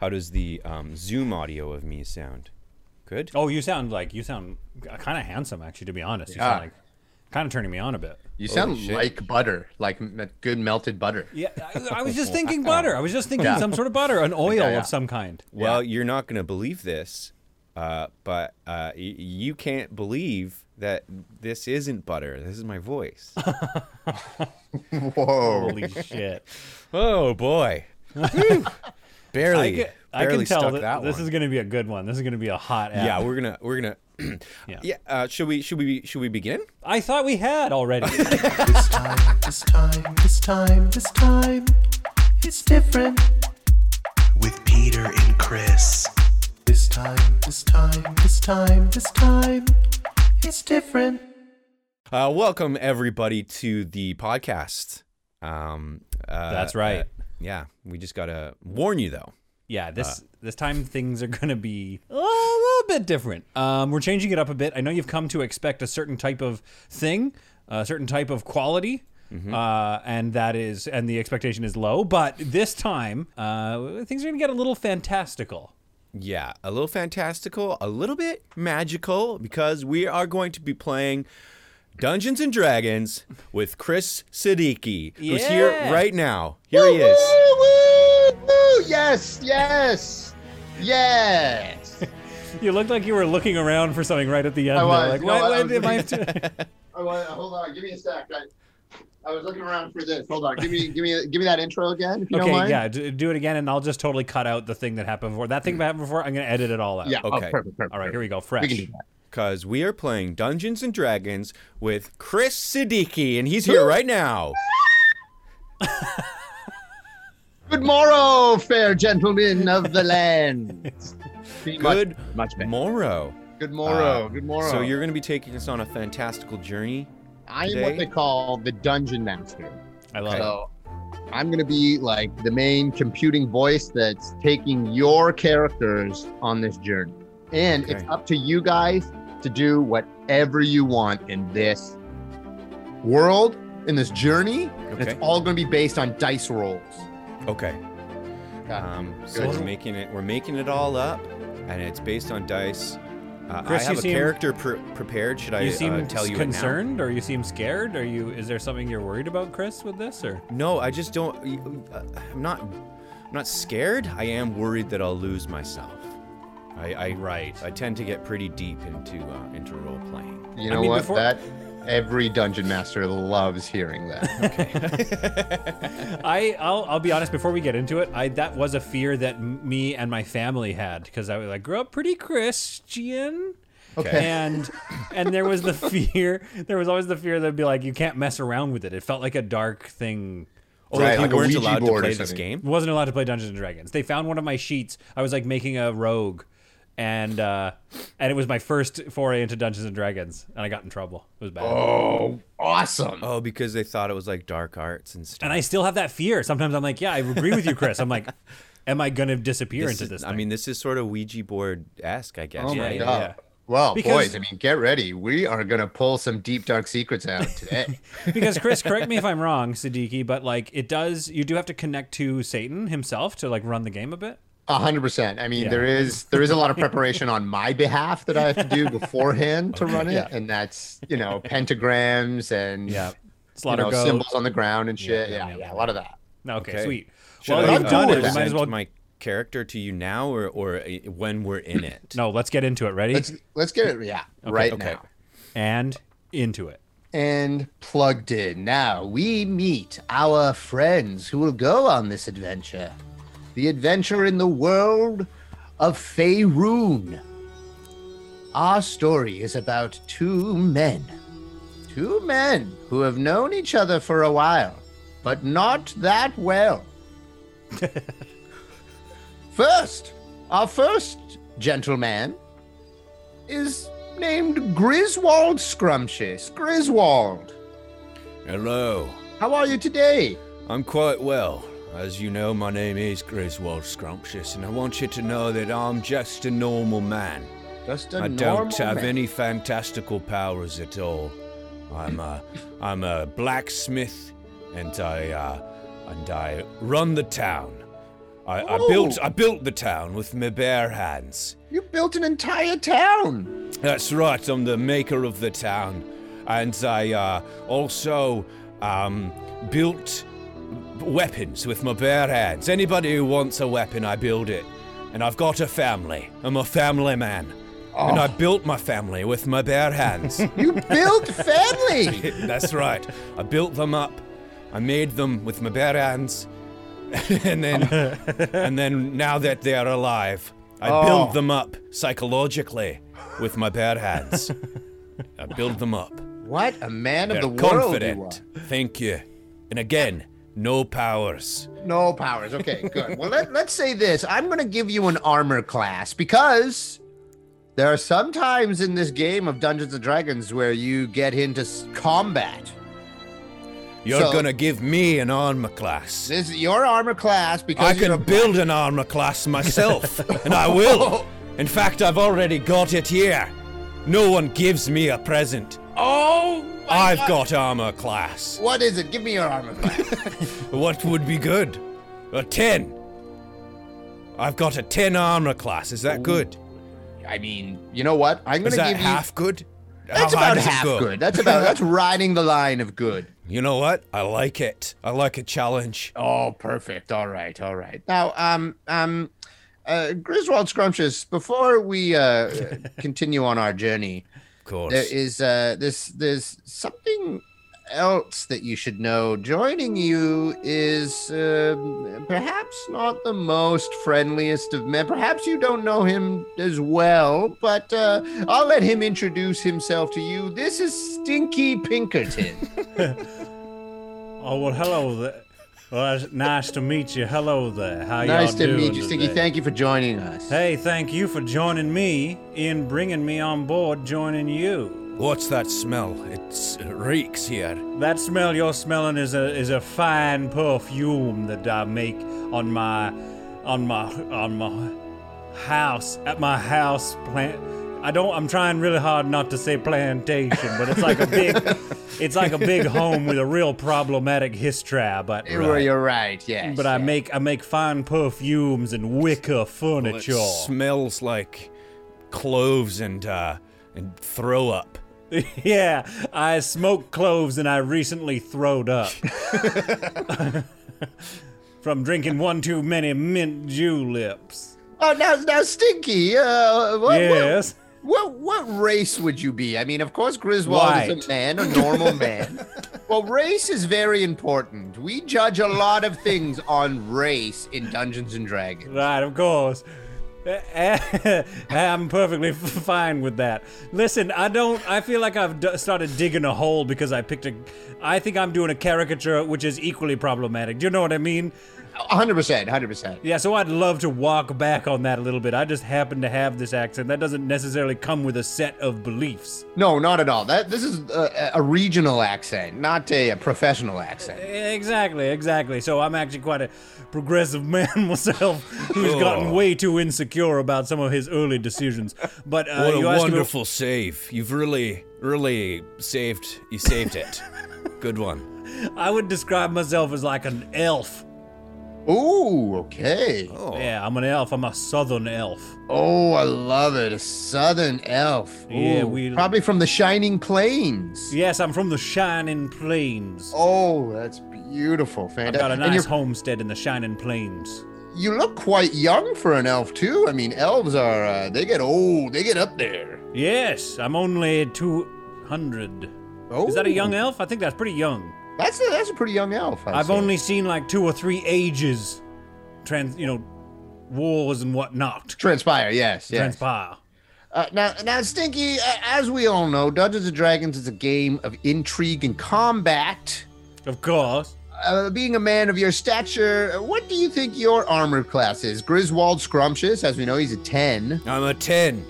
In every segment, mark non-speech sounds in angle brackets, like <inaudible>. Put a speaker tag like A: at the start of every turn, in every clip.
A: How does the um, Zoom audio of me sound? Good.
B: Oh, you sound like you sound kind of handsome, actually. To be honest, you
C: Yeah.
B: sound like kind of turning me on a bit.
C: You sound
A: shit.
C: like butter, like m- good melted butter.
B: Yeah, I, I was <laughs> just thinking butter. I was just thinking
C: Yeah.
B: some sort of butter, an oil
C: Yeah, yeah.
B: of some kind.
A: Well, you're not going to believe this, uh, but uh, y- you can't believe that this isn't butter. This is my
B: <laughs>
A: voice.
C: Whoa.
B: Holy shit!
A: oh boy. Whew. barely.
B: I can, I
A: barely
B: can tell
A: stuck
B: that,
A: that
B: this
A: one.
B: is going to be a good one. This is going to be a hot. App.
A: yeah, we're gonna we're gonna <clears throat>
B: Yeah.
A: yeah. Uh, should we should we should we begin?
B: I thought we had already.
D: This time, this time, this time, this time, it's different. With Peter and Chris. This time, this time, this time, this time, it's different.
A: Uh, welcome everybody to the podcast. Um, uh,
B: That's right.
A: uh, yeah, we just gotta warn you though.
E: Uh.
B: yeah, this this time things are <laughs> going to be a little bit different. Um, we're changing it up a bit. I know you've come to expect a certain type of thing, a certain type of quality.
E: Mm-hmm.
B: Uh, and that is, and the expectation is low, but this time uh, things are gonna get a little fantastical.
A: Yeah, a little fantastical, a little bit magical, because we are going to be playing Dungeons and Dragons with Chris Siddiqui, who's here
B: Yeah.
A: right now. Here he is.
C: Yes, yes, yes.
B: You looked like you were looking around for something right at the end.
E: I
B: there,
E: was.
B: Like,
E: No,
B: what,
E: I
B: what
E: was-
B: am
E: <laughs>
B: I to-"
E: Oh, well, hold on, give me a sec. I, I was looking around for this. Hold on, give me, give me, give me that intro again, if you don't
B: okay,
E: mind.
B: yeah, d- do it again, and I'll just totally cut out the thing that happened before. That thing that happened before, I'm gonna edit it all out.
E: yeah.
A: Okay.
E: Oh, perfect, perfect.
B: All right, here we go.
E: perfect.
B: Fresh.
E: We can do that.
A: Because we are playing Dungeons and Dragons with Chris Siddiqui, and he's here right now.
E: Good morrow, fair gentlemen of the
C: <laughs>
E: land. Being much-
A: Good
C: Much better.
A: morrow.
E: good morrow,
A: Uh,
E: good morrow.
A: So you're going to be taking us on a fantastical journey.
E: I am
A: today?
E: what they call the dungeon master.
B: I love it.
E: So I'm gonna be like the main computing voice that's taking your characters on this journey, and it's
A: Okay.
E: up to you guys to do whatever you want in this world, in this journey. And it's
A: Okay.
E: all gonna be based on dice rolls.
A: Okay.
B: Uh-huh.
E: Got
A: Um, so
E: Good.
A: we're making it we're making it all up, and it's based on dice. Uh,
B: Chris,
A: I have
B: you
A: a
B: seem-
A: character pre- prepared. Should I
B: you
A: uh,
B: seem
A: tell you it now?
B: concerned, or you seem scared? Are you? Is there something you're worried about, Chris, with this? Or
A: No, I just don't. uh, I'm not. I'm not scared. I am worried that I'll lose myself. I, I
B: Right.
A: I tend to get pretty deep into uh, into role playing.
E: You
B: I
E: know
B: mean,
E: what?
B: before-
E: That every dungeon master loves hearing
B: <laughs>
E: that.
B: I, I'll, I'll be honest. Before we get into it, I that was a fear that m- me and my family had because I, was- I grew up pretty Christian.
A: Okay.
B: And and there was the fear. There was always the fear that'd be like, you can't mess around with it. It felt like a dark thing
A: Oh,
E: Right,
A: you
E: like a
A: weren't
E: Ouija
A: allowed to
E: board or
A: play this
E: something.
A: game.
B: wasn't allowed to play Dungeons and Dragons. They found one of my sheets. I was like making a rogue, and uh, and it was my first foray into Dungeons and Dragons, and I got in trouble. It was bad.
E: oh, awesome.
A: Oh, because they thought it was like dark arts and stuff.
B: And I still have that fear. Sometimes I'm like, yeah, I agree with you, Chris. I'm
E: <laughs>
B: like, am I gonna disappear
A: This
B: into
A: is-
B: this?
A: I
B: thing?
A: mean, this is sort of Ouija board esque, I guess.
E: Oh my
A: right?
E: god.
B: yeah.
E: Well,
B: Because-
E: boys, I mean, get ready. We are gonna pull some deep dark secrets out
B: <laughs>
E: today.
B: because Chris, correct me if I'm wrong, Siddiqui, but like it does, you do have to connect to Satan himself to like run the game a bit.
E: A hundred percent. I mean,
B: Yeah.
E: there is there is a lot of preparation on my behalf that I have to
B: <laughs>
E: do beforehand to run it, and that's you know pentagrams and you
B: slaughter
E: know,
B: goat.
E: symbols on the ground and shit.
B: yeah,
E: Yeah,
B: yeah,
E: yeah,
B: yeah.
E: a lot of that.
B: Okay,
A: Okay.
B: sweet.
A: Should
B: well,
A: I
B: you've done
A: uh,
B: it. We might as
A: present
B: well.
A: my character to you now, or or uh, when we're in it.
B: No, let's get into it. Ready?
E: Let's let's get it, yeah, right
A: okay.
E: now.
B: and into it.
E: And plugged in. Now we meet our friends who will go on this adventure. The adventure in the world of Faerun. Our story is about two men. Two men who have known each other for a while, but not that well. first, our first gentleman is named Griswold Scrumptious. Griswold,
A: Hello,
E: how are you today?
A: I'm quite well. As you know, my name is Griswold Scrumptious, and I want you to know that I'm just a normal man.
E: Just a
A: I
E: normal
A: don't have
E: man.
A: any fantastical powers at all. I'm a I'm a blacksmith, and I uh, and I run the town. I, I
B: Oh.
A: built I built the town with my bare hands.
E: You built an entire town.
A: That's right, I'm the maker of the town. And I uh, also um, built weapons with my bare hands. Anybody who wants a weapon, I build it. And I've got a family. I'm a family man. And I built my family with my bare hands.
E: You
A: <laughs>
E: built family.
A: That's right. I built them up. I made them with my bare hands. <laughs> and then and then now that they are alive, I build them up psychologically with my bare hands. I build them up.
E: What a man of
A: They're
E: the world you
A: confident. Thank you. And again, no powers.
E: are. No powers. Okay, good. well, let, let's say this. I'm going to give you an armor class because there are some times in this game of Dungeons and Dragons where you get into s- combat.
A: You're
E: So-
A: gonna give me an armor class.
E: This is your armor class because
A: I
E: you're a
A: can build an armor
E: <laughs>
A: class myself, and I
E: Oh.
A: will. In fact, I've already got it here. No one gives me a present.
E: Oh, my
A: I've
E: God.
A: got armor class.
E: What is it? Give me your
A: <laughs>
E: armor class.
A: What would be good? A 10. I've got a 10 armor class. Is that good?
E: I mean, you know what? I'm going
A: Is
E: to
A: that
E: give
A: half good?
E: you. That's
A: How high
E: about
A: does it
E: half
A: go?
E: good. That's
A: <laughs>
E: about that's riding the line of good.
A: You know what? I like it. I like a challenge.
E: Oh, perfect. All right, all right. Now, um, um, uh, Griswold Scrumptious. Before we uh, <laughs> continue on our journey,
A: Of course.
E: there is uh, this there's something else that you should know. Joining you is um perhaps not the most friendliest of men. Perhaps you don't know him as well, but uh, I'll let him introduce himself to you. This is Stinky Pinkerton.
B: Oh well, hello there. Well, that's nice to meet you. Hello there. How
E: nice
B: y'all
E: to
B: doing
E: meet you, Stinky.
B: today?
E: Thank you for joining us.
B: Hey, thank you for joining me in bringing me on board, joining you.
A: What's that smell? It's, it reeks here.
B: That smell you're smelling is a is a fine perfume that I make on my on my on my house at my house plant. I don't. I'm trying really hard not to say plantation, but it's like a big, it's like a big home with a real problematic history. But
E: Well, You're right. Yes.
B: But I make I make fine perfumes and wicker
A: It
B: furniture.
A: smells like cloves and uh, and throw up.
B: <laughs> yeah, I smoke cloves and I recently throwed up <laughs> from drinking one too many mint juleps.
E: Oh, now, now, Stinky. Uh, what,
B: yes.
E: What, what what race would you be? I mean, of course, Griswold is
B: White.
E: a man, a
B: <laughs>
E: normal man. well, race is very important. We judge a lot of things on race in Dungeons and Dragons.
B: Right, of course. <laughs> I'm perfectly f- fine with that. Listen, I don't. I feel like I've d- started digging a hole because I picked a. I think I'm doing a caricature, which is equally problematic. Do you know what I mean?
E: 100%, 100%.
B: Yeah, so I'd love to walk back on that a little bit. I just happen to have this accent. That doesn't necessarily come with a set of beliefs.
E: No, not at all. That This is a, a regional accent, not a, a professional accent.
B: Exactly, exactly. So I'm actually quite a progressive <laughs> man myself who's gotten
A: Oh.
B: way too insecure about some of his early decisions. But uh,
A: What a
B: you asked me-
A: wonderful save! You've really, really saved. You saved
B: <laughs>
A: it. Good one.
B: I would describe myself as like an elf.
E: Ooh, okay. Oh,
B: Yeah, I'm an elf. I'm a southern elf.
E: I love it. A southern elf.
B: Yeah,
E: Ooh,
B: we-
E: Probably from the Shining Plains.
B: Yes, I'm from the Shining Plains.
E: Oh, that's beautiful. Fantastic.
B: Got a
E: And
B: nice
E: you're-
B: homestead in the Shining Plains.
E: you look quite young for an elf too. I mean, elves are uh, they get old, they get up there.
B: Yes, I'm only 200.
E: Oh,
B: Is that a young elf? I think that's pretty young.
E: That's a, that's a pretty young elf. I'd
B: I've
E: say.
B: only seen like two or three ages, trans, you know, wars and whatnot
E: transpire. Yes, yes.
B: transpire.
E: uh, now, now, Stinky, uh, as we all know, Dungeons and Dragons is a game of intrigue and combat.
B: Of course.
E: Uh, being a man of your stature, uh, what do you think your armor class is? Griswold Scrumptious, as we know, he's a ten.
A: I'm a ten,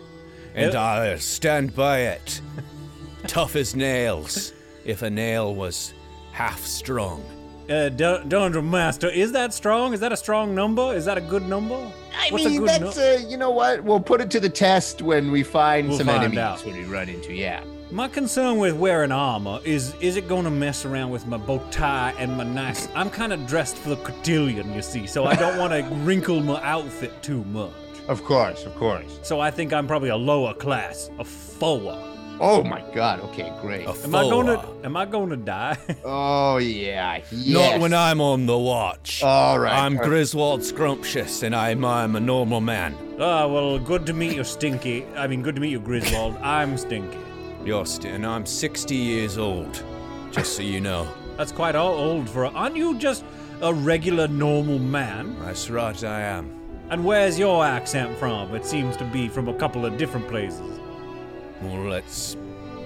A: and
B: Yep.
A: I stand by it. Tough as nails. If a nail was half strong.
B: Uh, Dun- Dungeon Master, is that strong? Is that a strong number? Is that a good number?
E: I
B: What's a
E: mean,
B: good
E: that's
B: nu-
E: uh, you know what? We'll put it to the test when we find
B: We'll
E: some
B: find
E: enemies
B: out.
E: when we run into. Yeah.
B: My concern with wearing armor is is it going to mess around with my bow tie and my nice. I'm kind of dressed for the cotillion, you see, so I don't
E: <laughs>
B: want to wrinkle my outfit too much.
E: Of course, of course.
B: So I think I'm probably a lower class, a foa.
E: Oh my god, okay, great.
A: A
B: Am I going to
A: foa.
B: am I going to die? <laughs>
E: Oh yeah.
A: Not
E: yes.
A: when I'm on the watch.
E: All right.
A: I'm Griswold Scrumptious and I'm, I'm a normal man.
B: Ah, well, good to meet you, Stinky. I mean, good to meet you, Griswold. I'm Stinky.
A: Yost, and I'm 60 years old, just so you know.
B: That's quite all old for. Aren't you just a regular normal man?
A: That's right, I am.
B: And where's your accent from? It seems to be from a couple of different places.
A: Well, let's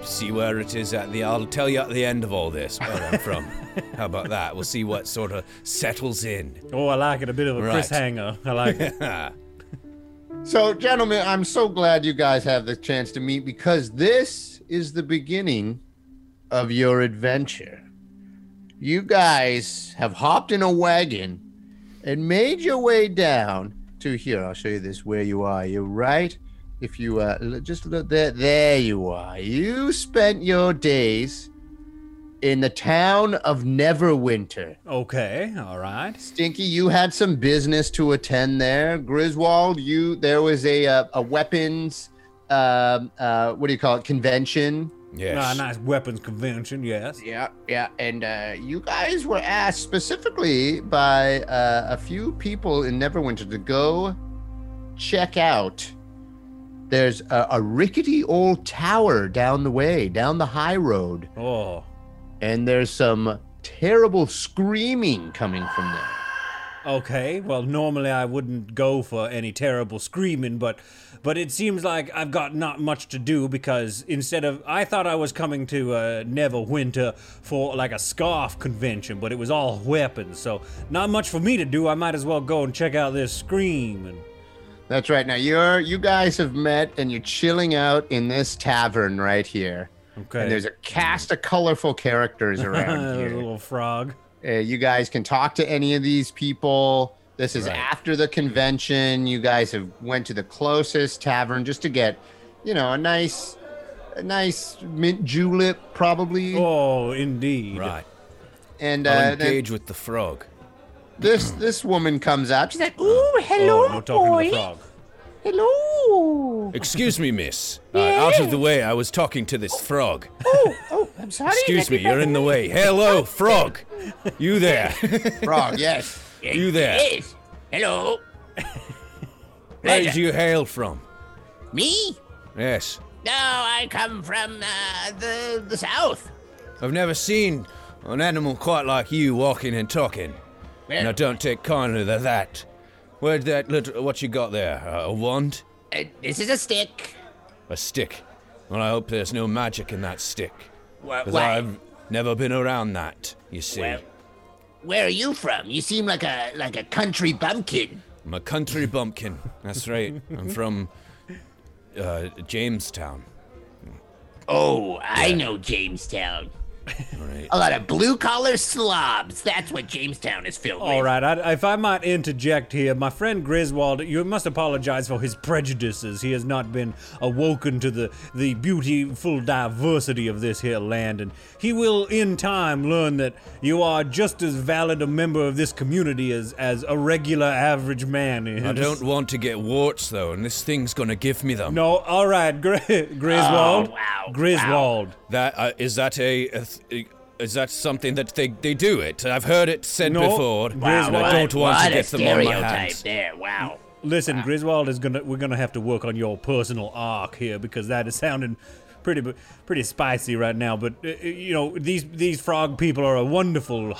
A: see where it is at the. I'll tell you at the end of all this where I'm
E: <laughs>
A: from. How about that? We'll see what sort of settles in. <laughs> Ah,
B: Oh, I like it. A bit of a Chris
A: Right.
B: Hanger. I like
A: <laughs>
B: it.
E: So, gentlemen, I'm so glad you guys have the chance to meet because this is the beginning of your adventure. You guys have hopped in a wagon and made your way down to here. I'll show you this where you are. You're right. If you uh, l- just look there, there you are. You spent your days in the town of Neverwinter.
B: Okay, all right.
E: Stinky, you had some business to attend there. Griswold, you there was a uh, a, a weapons, um, uh, what do you call it, convention.
B: Ah,
A: Yes.
B: nice weapons convention, yes.
E: Yeah, yeah, and uh, you guys were asked specifically by uh, a few people in Neverwinter to go check out. There's a, a rickety old tower down the way, down the high road,
B: Oh,
E: and there's some terrible screaming coming from there.
B: okay. Well, normally I wouldn't go for any terrible screaming, but but it seems like I've got not much to do because instead of I thought I was coming to uh, Neverwinter for like a scarf convention, but it was all weapons, so not much for me to do. I might as well go and check out this screaming.
E: That's right. Now you're you guys have met and you're chilling out in this tavern right here.
B: Okay.
E: And there's a cast of
B: <laughs>
E: colorful characters around
B: There's a
E: here.
B: little frog.
E: Uh, you guys can talk to any of these people. This is after the convention. You guys have went to the closest tavern just to get, you know, a nice, a nice mint julep probably.
B: Oh, indeed.
A: right.
E: and
A: I'll
E: uh, then
B: <clears throat>
A: engage with the frog.
E: this this woman comes out. She's like, "Ooh, hello,
B: Oh, no talking to the frog.
E: hello."
A: Excuse me,
E: <laughs>
A: miss. Uh, out of the way, I was talking to this frog.
E: Oh,
A: <laughs>
E: I'm sorry.
A: Excuse me, you're in the way. Hello, frog. You
E: <laughs>
A: there. <laughs>
B: <laughs>
E: Frog. Yes.
A: you there.
E: Yes. Hello.
A: Where did you hail from?
E: Me?
A: Yes.
E: No, I come from uh, the the south.
A: I've never seen an animal quite like you walking and talking.
E: Eh.
A: And I don't take kindly to that. Where'd that little. What you got there? Uh, a wand?
E: Uh, this is a stick.
A: A stick? Well, I hope there's no magic in that stick.
E: Wha-
A: 'cause
E: why?
A: I've never been around that, you see.
E: Well- Where are you from? You seem like a like a country bumpkin.
A: I'm a country bumpkin. That's right. I'm from uh, Jamestown.
E: Oh, I know Jamestown.
A: All right.
E: A lot of blue collar slobs. That's what Jamestown is filled
B: All
E: with.
B: right, I, if I might interject here, my friend Griswold, you must apologize for his prejudices. He has not been awoken to the, the beautiful diversity of this here land, and he will in time learn that you are just as valid a member of this community as, as a regular average man is.
A: I don't want to get warts, though, and this thing's gonna give me them.
B: No, all right, Gri- Griswold.
E: Oh, wow,
B: Griswold.
A: That uh, is that a, a th- is that something that they they do it? I've heard it said
B: No.
A: before.
B: Wow,
A: and I
B: what-
A: don't want
E: what
A: to get
E: a
A: them on my
E: stereotype
A: hands.
E: there. Wow.
B: Listen, Griswold is gonna. We're gonna have to work on your personal arc here because that is sounding pretty, pretty spicy right now. But uh, you know, these these frog people are a wonderful,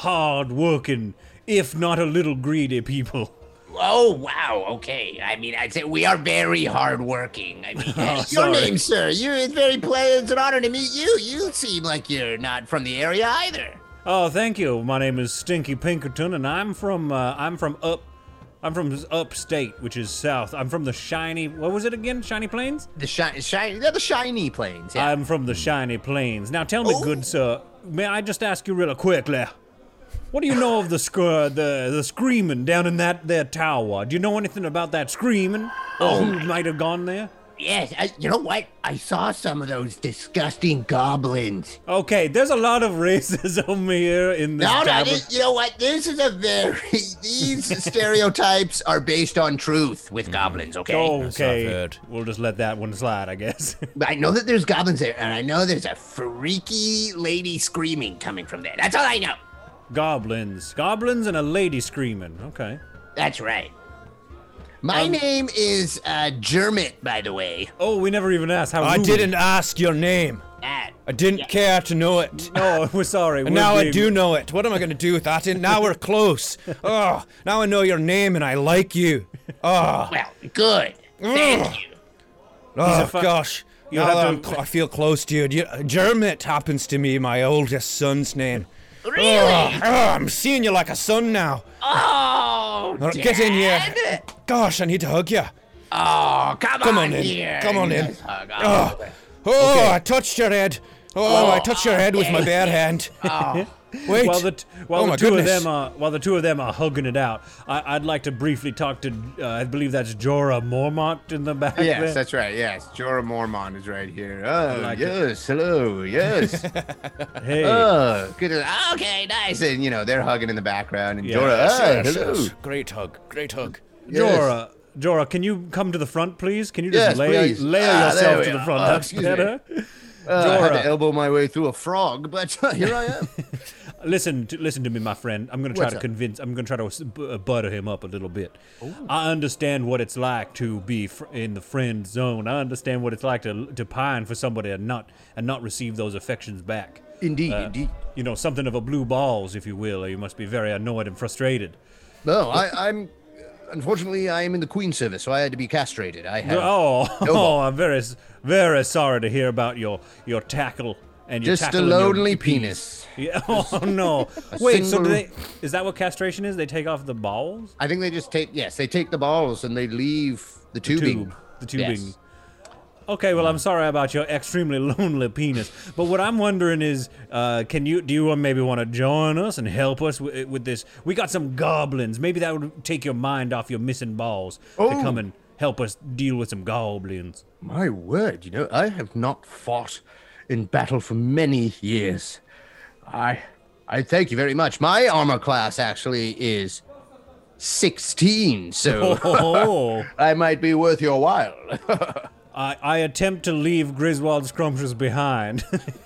B: hard-working, if not a little greedy people. <laughs>
E: Oh wow, okay. I mean, I'd say we are very hardworking. I mean, <laughs>
F: <laughs>
E: your
B: sorry.
E: name, sir. You it's very pleasure. It's an honor to meet you. You seem like you're not from the area either.
B: Oh, thank you. My name is Stinky Pinkerton, and I'm from uh, I'm from up, I'm from upstate, which is south. I'm from the shiny. What was it again? Shiny Plains.
E: The shiny, shiny, they're the shiny planes.
F: Uh,
E: Yeah. Oh.
B: I'm from the shiny plains. Now tell me, good sir, may I just ask you real quickly? What do you know of the sc- uh, the the screaming down in that there tower? Do you know anything about that screaming?
E: Oh
B: Who
E: my-
B: might have gone there?
F: Yes, I, you know what? I saw some of those disgusting goblins.
B: Okay, there's a lot of <laughs> racism here in this.
F: No, no,
B: tab-
F: this, you know what? This is a very <laughs> these stereotypes are based on truth with
E: Mm-hmm.
F: goblins. Okay,
E: Oh.
B: okay,
A: I've heard.
B: we'll just let that one slide, I guess. <laughs>
F: But I know that there's goblins there, and I know there's a freaky lady screaming coming from there. That's all I know.
B: goblins, goblins, and a lady screaming. Okay.
F: That's right. My
E: Um,
F: name is uh, Jermit, by the way.
B: Oh, we never even asked how.
A: I
B: rude.
A: didn't ask your name.
F: Ah,
A: I didn't
F: Yeah.
A: care to know it.
B: No, we're Oh, <laughs> sorry.
A: And
B: we're
A: now I
B: being-
A: do know it. What am I going to do with that? And now we're
B: <laughs>
A: close. Oh, now I know your name and I like you. Oh,
F: well, good.
A: Mm.
F: Thank you.
A: oh
B: fu-
A: gosh.
B: You'll
A: Now
B: have
A: that
B: to-
A: I'm cl- I feel close to you. Do you- Jermit happens to me, my oldest son's name.
F: Really?
A: Oh, I'm seeing you like a son now.
F: Oh,
A: All right, Uh, get in here.
F: Dad?
A: Gosh, I need to hug you.
F: Oh, come,
A: Come
F: on,
A: on in.
F: here.
A: Come on in.
F: Yes, hug on.
A: Oh, oh I touched your head. Oh, I touched your head with my bare hand. <laughs> Wait.
B: While the t- while
A: oh
B: the
A: my
B: two
A: goodness.
B: of them are while the two of them are hugging it out, I, I'd like to briefly talk to uh, I believe that's Jorah Mormont in the back.
E: Yes,
B: there.
E: that's right. Yes, Jorah Mormon is right here. Oh,
B: like it.
E: yes,
B: <laughs>
E: hello, yes.
B: hey.
E: oh, good. Okay, nice. And you know they're hugging in the background, and
B: Yeah.
E: Jorah,
A: Yes,
E: oh,
A: yes,
E: hello.
A: yes. Great hug. Great hug.
E: yes.
B: Jorah, Jorah, can you come to the front, please? Can you
E: Yes,
B: just lay
E: please.
B: layer
E: Ah, there
B: yourself
E: we
B: to the
E: are.
B: front?
E: Oh,
B: That's
E: excuse me.
B: better.
E: Uh, I had
B: Jorah.
E: to elbow my way through a frog, but <laughs> here I am.
B: Listen, to, listen to me, my friend. I'm going to try
E: What's
B: to
E: up?
B: convince. I'm going to try to s- b- uh, butter him up a little bit. I understand what it's like to be fr- in the friend zone. I understand what it's like to to pine for somebody and not and not receive those affections back.
E: indeed,
B: Uh,
E: indeed.
B: you know, something of a blue balls, if you will, or you must be very annoyed and frustrated.
E: No, I, I'm. Unfortunately, I am in the queen service, so I had to be castrated. I had.
B: Oh, <laughs>
E: No
B: oh,
E: ball.
B: I'm very, s- very sorry to hear about your your tackle and your
E: Just a
B: tackle and your
E: lonely
B: peas.
E: penis.
B: Yeah. <laughs> Oh
E: <laughs>
B: no! Wait, so do
E: single-
B: they? Is that what castration is? They take off the balls,
E: I think they just take. Yes, they take the balls and they leave the tubing.
B: tube, the tubing.
E: Yes.
B: Okay, well, I'm sorry about your extremely <laughs> lonely penis, but what I'm wondering is, uh, can you do you maybe want to join us and help us with, with this? We got some goblins. Maybe that would take your mind off your missing balls to
E: Oh.
B: come and help us deal with some goblins.
E: My word, you know, I have not fought in battle for many years. I I thank you very much. My armor class actually is 16, so
B: Oh. <laughs>
E: I might be worth your while.
A: Oh,
B: I, I attempt to leave Griswold Scrumptious behind. <laughs>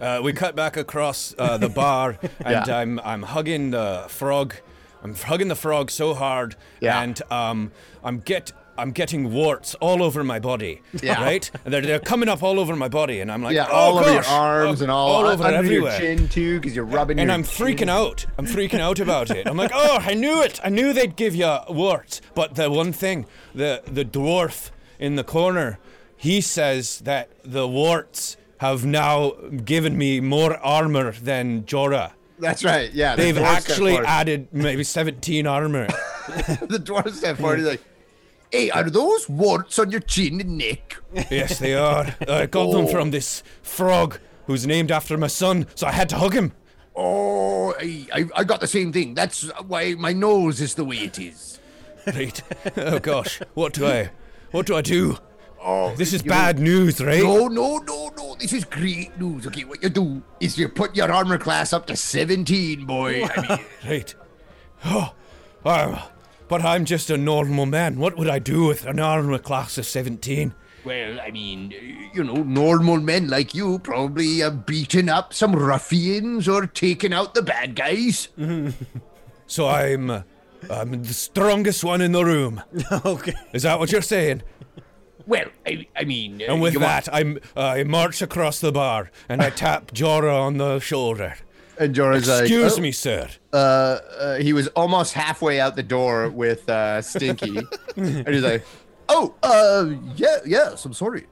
A: Uh, we cut back across uh, <laughs> the bar, and
E: Yeah.
A: I'm I'm hugging the frog. I'm hugging the frog so hard,
E: Yeah.
A: and um, I'm get I'm getting warts all over my body.
E: Yeah.
A: Right? And they're, they're coming up all over my body, and I'm like,
E: yeah,
A: oh,
E: all over your
A: gosh!"
E: arms
A: Oh,
E: and all,
A: all over
E: under
A: everywhere.
E: your chin too, because you're rubbing
A: and
E: your
A: I'm freaking
E: chin.
A: out. I'm freaking out about it. I'm like, oh, I knew it. I knew they'd give you warts. But the one thing, the the dwarf in the corner, he says that the warts have now given me more armor than Jorah.
E: That's right. Yeah, the
A: They've
E: dwarf stepped
A: actually
E: forward.
A: added maybe 17
E: <laughs>
A: armor.
E: the dwarf step forward. He's like, "Hey, are those warts on your chin and neck?"
A: yes, they are. I got them from this frog who's named after my son, so I had to hug him.
E: Oh, I, I, I got the same thing. That's why my nose is the way it is.
A: Right. Oh gosh, what do I, what do I do?
E: Oh,
A: This is
E: you-
A: bad news, right?
E: Oh, No, no, no, no. This is great news. Okay, what you do is you put your armor class up to 17, boy. I
A: <laughs>
E: mean,
A: Right. Oh, um, but I'm just a normal man. What would I do with an armor class of 17?
E: well, I mean, you know, normal men like you probably have beaten up some ruffians or taken out the bad guys.
A: So I'm, uh, I'm the strongest one in the room.
B: okay.
A: Is that what you're saying?
E: Well, I, I mean,
A: And with that, I'm, uh, I march across the bar and I tap Jorah on the shoulder.
E: and Jorah's oh,
A: Excuse me, sir.
E: uh, uh, he was almost halfway out the door with uh, <laughs> Stinky, and he's like, "Oh, uh, yeah, yes, I'm sorry."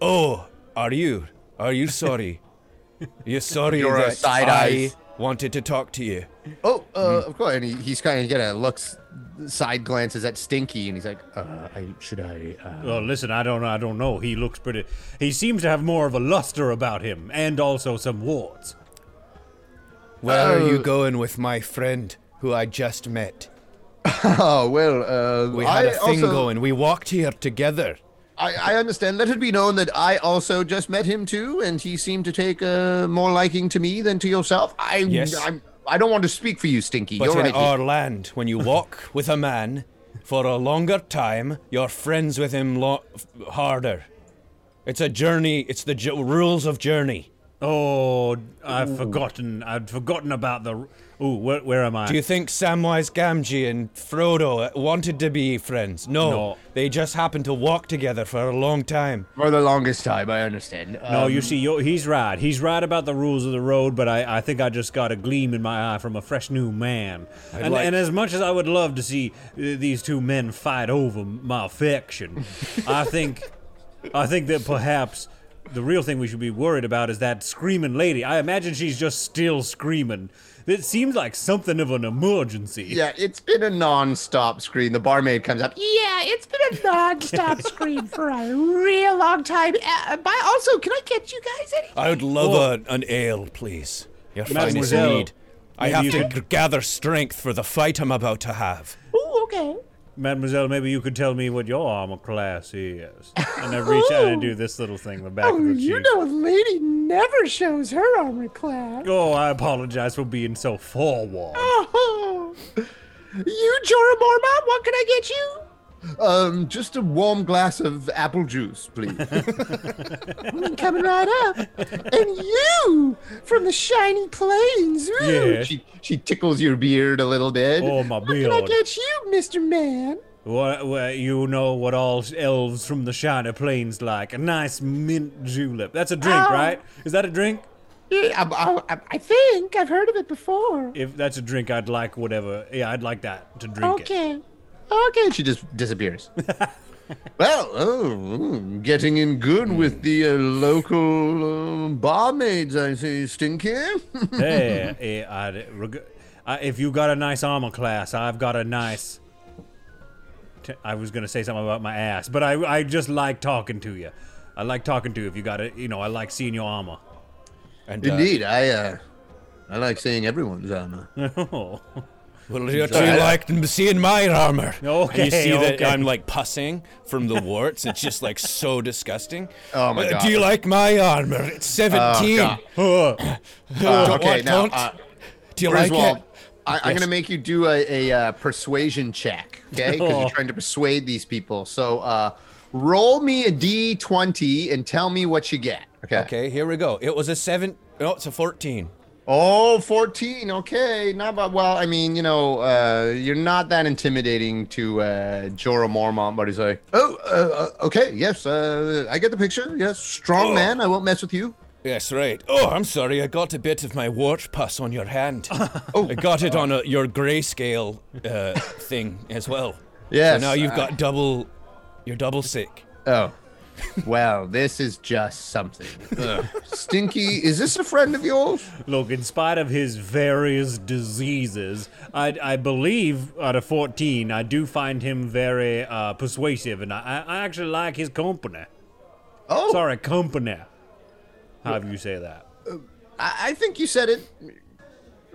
A: Oh, are you? Are you
E: <laughs>
A: sorry? You're sorry
E: You're a
A: that
E: side
A: I
E: eyes.
A: wanted to talk to you.
E: Oh, uh, of course. And he, he's kind of gonna looks side glances at Stinky, and he's like, uh, I, "Should I?" Uh,
B: Well, listen, I don't, I don't know. He looks pretty. He seems to have more of a luster about him, and also some warts.
A: Where are
E: Oh.
A: you going with my friend who I just met?
E: Oh, well, uh,
A: We had
E: I
A: a thing
E: also-
A: going. We walked here together.
E: I, I understand. Let it be known that I also just met him too, and he seemed to take uh, more liking to me than to yourself. I,
A: Yes.
E: I, I don't want to speak for you, Stinky.
A: But
E: You're
A: in
E: right.
A: our land, when you
B: <laughs>
A: walk with a man for a longer time, you're friends with him lo- f- harder. It's a journey. It's the jo- rules of journey.
B: Oh, I've forgotten. I'd forgotten about the. Ooh, where, where am I?
A: Do you think Samwise Gamgee and Frodo uh, wanted to be friends? No,
B: No.
A: they just happened to walk together for a long time.
E: for the longest time, I understand.
B: no, Oh,
A: um,
B: you see, you he's right. He's right about the rules of the road, but I, I think I just got a gleam in my eye from a fresh new man. And,
A: like-
B: and as much as I would love to see uh, these two men fight over
A: <laughs>
B: my affection, I think, I think that perhaps the real thing we should be worried about is that screaming lady. I imagine she's just still screaming. It seems like something of an emergency.
E: Yeah, it's been a non-stop screen. The barmaid comes up.
G: Yeah, it's been a non-stop <laughs> scream for a real long time. Uh, but also, can I get you guys anything?
A: I would love a, an ale, please. Your finest
B: Mademoiselle,
A: mead. I
B: maybe
A: have
B: you
A: to
B: could-
A: g- gather strength for the fight I'm about to have.
G: Ooh, okay.
B: Mademoiselle, maybe you could tell me what your armor class is. And I reach out and I do this little thing in the back
G: Oh,
B: of the
G: you
B: cheek.
G: know, a lady never shows her
B: <laughs>
G: armor class.
B: Oh, I apologize for being so forward.
G: Oh, you Joramorma, what can I get you?
E: Um, just a warm glass of apple juice,
A: <laughs>
E: please.
G: I'm coming right
B: <laughs>
G: up. And you from the shiny plains. Ooh,
B: Yeah.
E: she she tickles your beard a little bit.
B: Oh, my
G: What can I
B: beard.
G: get you, Mr. Man?
B: What, what, you know what all elves from the Shiner Plains like. A nice mint julep. That's a drink,
G: Ow.
B: right? Is that a drink?
G: Yeah, I, I, I think I've heard of it before.
B: If that's a drink, I'd like whatever. Yeah, I'd like that to drink it.
G: Okay.
E: Okay, she just
A: <laughs>
E: disappears. well, oh, mm, getting in good with the uh, local um, barmaids, I see, Stinky.
B: Hey, eh, I'd reg- I, if you got a nice armor class, I've got a nice. T- I was gonna say something about my ass, but I, I just like talking to you. I like talking to you if you got it. You know, I like seeing your armor. <laughs>
A: And, uh,
E: Indeed, I uh, I like seeing everyone's armor.
B: oh,
A: Well, you two like seeing my armor.
B: <laughs> Okay,
A: you see
B: okay.
A: that I'm like pussing from the warts. It's just like so disgusting.
E: <laughs> Oh, my
A: Uh,
E: God. Oh,
A: Do you like my armor? It's 17. <laughs>
E: God. uh,
A: Uh,
E: okay,
A: what,
E: now,
A: don't?
E: uh,
A: do you like
E: Griswold,
A: it?
E: I, I'm gonna make you do a, a uh, persuasion check, okay? Because
A: Oh.
E: you're trying to persuade these people. So, uh, roll me a d20 and tell me what you get. Okay.
A: Okay, here we go. It was a seven. No, it's a 14.
E: Oh, 14. Okay. Not bad. Well, I mean, you know, uh, you're not that intimidating to uh, Jorah Mormont, but he's like, oh, uh, uh, okay. Yes. Uh, I get the picture. Yes. Strong
A: Oh.
E: man. I won't mess with you.
A: Yes, right. Oh, I'm sorry. I got a bit of my wart pus on your hand. <laughs> oh, I got it on a, your grayscale uh, thing as well.
E: Yes, uh,
A: So now you've
E: I-
A: got double. You're double sick.
E: Oh. Well, this is just <laughs> something. Ugh. Stinky, is this a friend of yours?
B: look! In spite of his various diseases, I, I believe out of fourteen, I do find him very uh, persuasive, and I, I I actually like his company.
E: Oh,
B: Sorry, company. However you say that.
E: I, I think you said it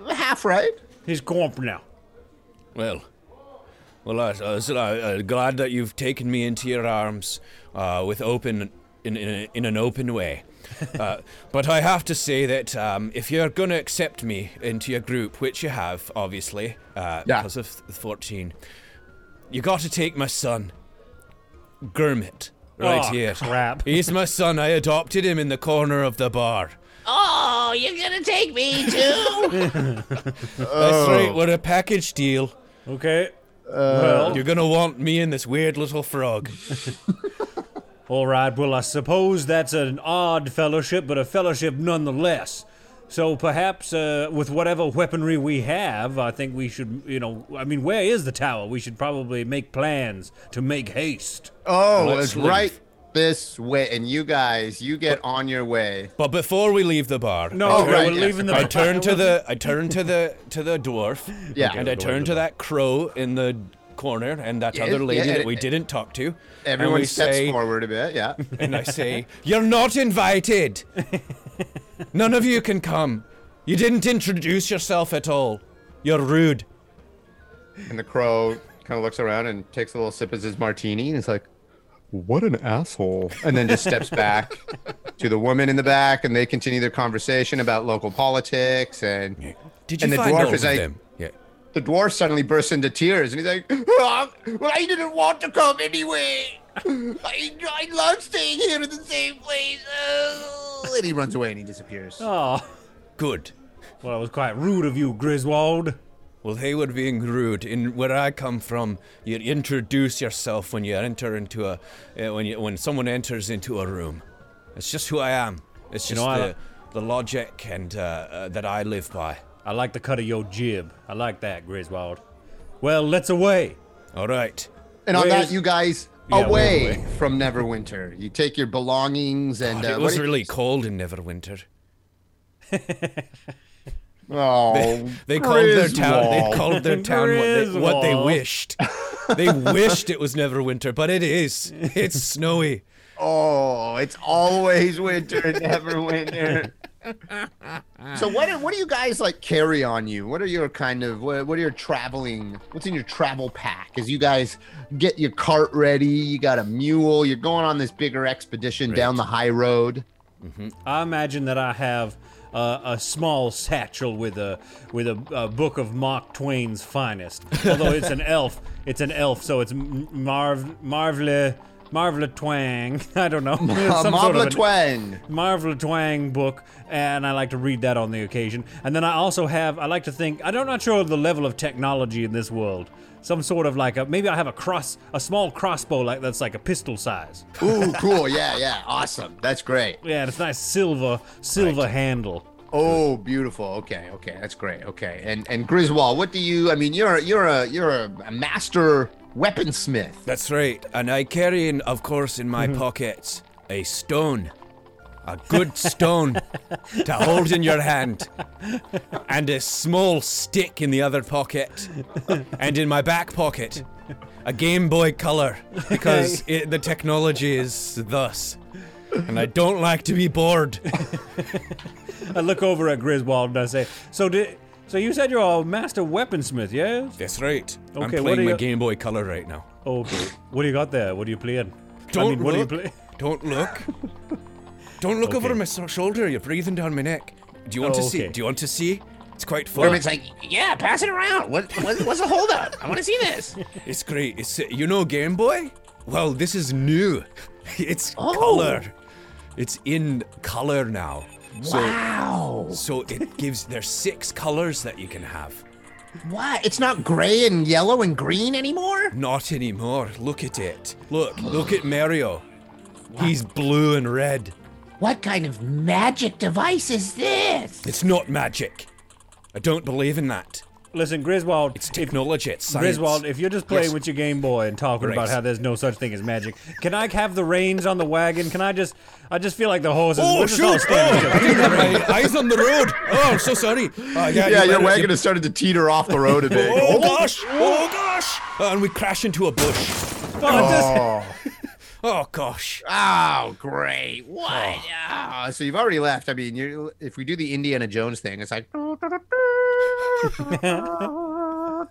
E: half right.
B: His company.
A: Well, well, I, I was uh, uh, glad that you've taken me into your arms uh, with open in, in, in an open way. uh, but I have to say that um, if you're going to accept me into your group, which you have, obviously, uh,
E: Yeah.
A: because of th- 14, you got to take my son, Gurmit, right
B: Aw,
A: here.
B: crap.
A: <laughs> He's my son. I adopted him in the corner of the bar.
G: Oh, you're gonna take me too?
A: That's right, we're a package deal.
B: Okay. well,
A: You're going to want me and this weird little frog.
B: all right. Well, I suppose that's an odd fellowship, but a fellowship nonetheless. So perhaps uh, with whatever weaponry we have, I think we should, you know, I mean, where is the tower? We should probably make plans to make haste.
E: Oh,
A: Let's
E: it's
A: leave.
E: right this way. And you guys, you get on your way.
A: But before we leave the bar,
B: No,
E: Oh,
B: we're
E: right, yes.
B: leaving the.
A: <laughs> I turn to the I turn to the to the dwarf.
E: <laughs> Yeah.
A: And I turn to that crow in the corner and that
E: Yeah,
A: other lady
E: yeah,
A: that we
E: and-
A: didn't talk to. and
E: Everyone
A: we
E: steps
A: say,
E: forward a bit. Yeah.
A: <laughs> And I say,
E: <laughs>
A: You're not invited. None of you can come. You didn't introduce yourself at all. You're rude.
E: And the crow kind of looks around and takes a little sip of his martini and is like, what an asshole. And then just
A: <laughs>
E: steps back to the woman in the back and they continue their conversation about local politics. And
A: Did you
E: And the
A: find
E: dwarf
A: all
E: is
A: of
E: like-
A: them? Yeah.
E: the dwarf suddenly bursts into tears and he's like, "Ah, Well, I didn't want to come anyway. I, I love staying here in the same place. Oh." And he runs away and he disappears.
B: Oh,
A: Good.
B: well, it was quite rude of you, Griswold.
A: Well, they were being rude. In where I come from, you introduce yourself when you enter into a uh, when you, when someone enters into a room. It's just who I am. It's
B: You
A: just
B: know, I-
A: the, the logic and uh, uh, that I live by.
B: I like the cut of your jib. I like that, Griswold. Well, let's away.
A: All right.
E: And
B: Where
E: on that,
B: is-
E: you guys
B: Yeah, we're
E: away
B: away.
E: from Neverwinter. You take your belongings and uh,
A: it
E: what
A: was
E: do you-
A: really cold in Neverwinter.
E: <laughs> oh,
A: They called their town.
E: Griswold.
A: They called their town what they, what they
B: Griswold.
A: wished. They wished it was Neverwinter, but it is. It's snowy.
E: Oh, it's always winter, never winter. so what do, what do you guys like carry on you? What are your kind of what, what are your traveling? What's in your travel pack? As you guys get your cart ready, you got a mule, you're going on this bigger expedition down the high road.
B: I imagine that I have uh, a small satchel with a with a, a book of Mark Twain's finest. Although it's an elf, it's an elf, so it's m- Marv Marvle Marvle Twang. <laughs> I don't know.
E: Uh,
B: Some sort of
E: Mabla
B: an-
E: Twang.
B: Marvel Twang book, and I like to read that on the occasion. And then I also have, I like to think, I'm not sure of the level of technology in this world. Some sort of like a, maybe I have a cross, a small crossbow like that's like a pistol size.
E: Ooh, cool. Yeah, yeah. Awesome. That's great.
B: Yeah, and it's nice silver, silver handle.
E: Oh, beautiful. Okay, okay, that's great. Okay, and and Griswold, what do you? I mean, you're you're a you're a, a master weaponsmith.
A: That's right. And I carry in, of course, in
B: Mm-hmm.
A: my pockets a stone. A good
B: <laughs>
A: stone to hold in your hand. And a small stick in the other pocket. And in my back pocket, a Game Boy Color.
B: <laughs>
A: Because it, the technology is thus. And I don't like to be
B: <laughs>
A: bored.
B: I look over at Griswold and I say, "So did, so you said you're a master weaponsmith, yes?
A: That's right. I'm
B: Okay, what
A: playing
B: are
A: my
B: you-
A: Game Boy Color right now.
B: Okay. What do you got there? What are you playing?
A: Don't
B: I mean, what do you
A: look.
B: play?
A: Don't look. Don't look over my so- shoulder. You're breathing down my neck. Do you want
B: Oh,
A: to see?
B: okay.
A: Do you want to see? It's quite fun.
F: Hermit's like, yeah, pass it around. What, what what's the holdup? I want to see
E: <laughs>
F: this.
A: It's great. It's you know Game Boy. Well, this is new. <laughs> It's color. It's in color now.
F: Wow.
A: So it gives there's six colors that you can have.
F: What? It's not gray and yellow and green anymore?
A: Not anymore. Look at it. Look. Look at Mario. He's blue and red.
F: What kind of magic device is this?
A: It's not magic. I don't believe in that.
B: Listen, Griswold.
A: It's
B: if-
A: technology. It's science.
B: Griswold, if you're just playing
A: Yes.
B: with your Game Boy and talking
A: Right.
B: about how there's no such thing as magic, can I have the reins on the wagon? Can I just, I just feel like the horse is. we're just all standing
A: Oh, I didn't have my eyes on the road. Oh, I'm so sorry. Uh, yeah,
E: yeah,
A: you
E: your
A: better-
E: wagon has started to teeter off the road a bit.
A: <laughs> Oh gosh! Oh gosh! Uh, and we crash into a bush.
B: still. Oh, this-
A: Oh gosh!
F: Ah,
E: Oh, great. What? <laughs> Ah, so you've already left. I mean, you if we do the Indiana Jones thing, it's like. <laughs>
F: Oh.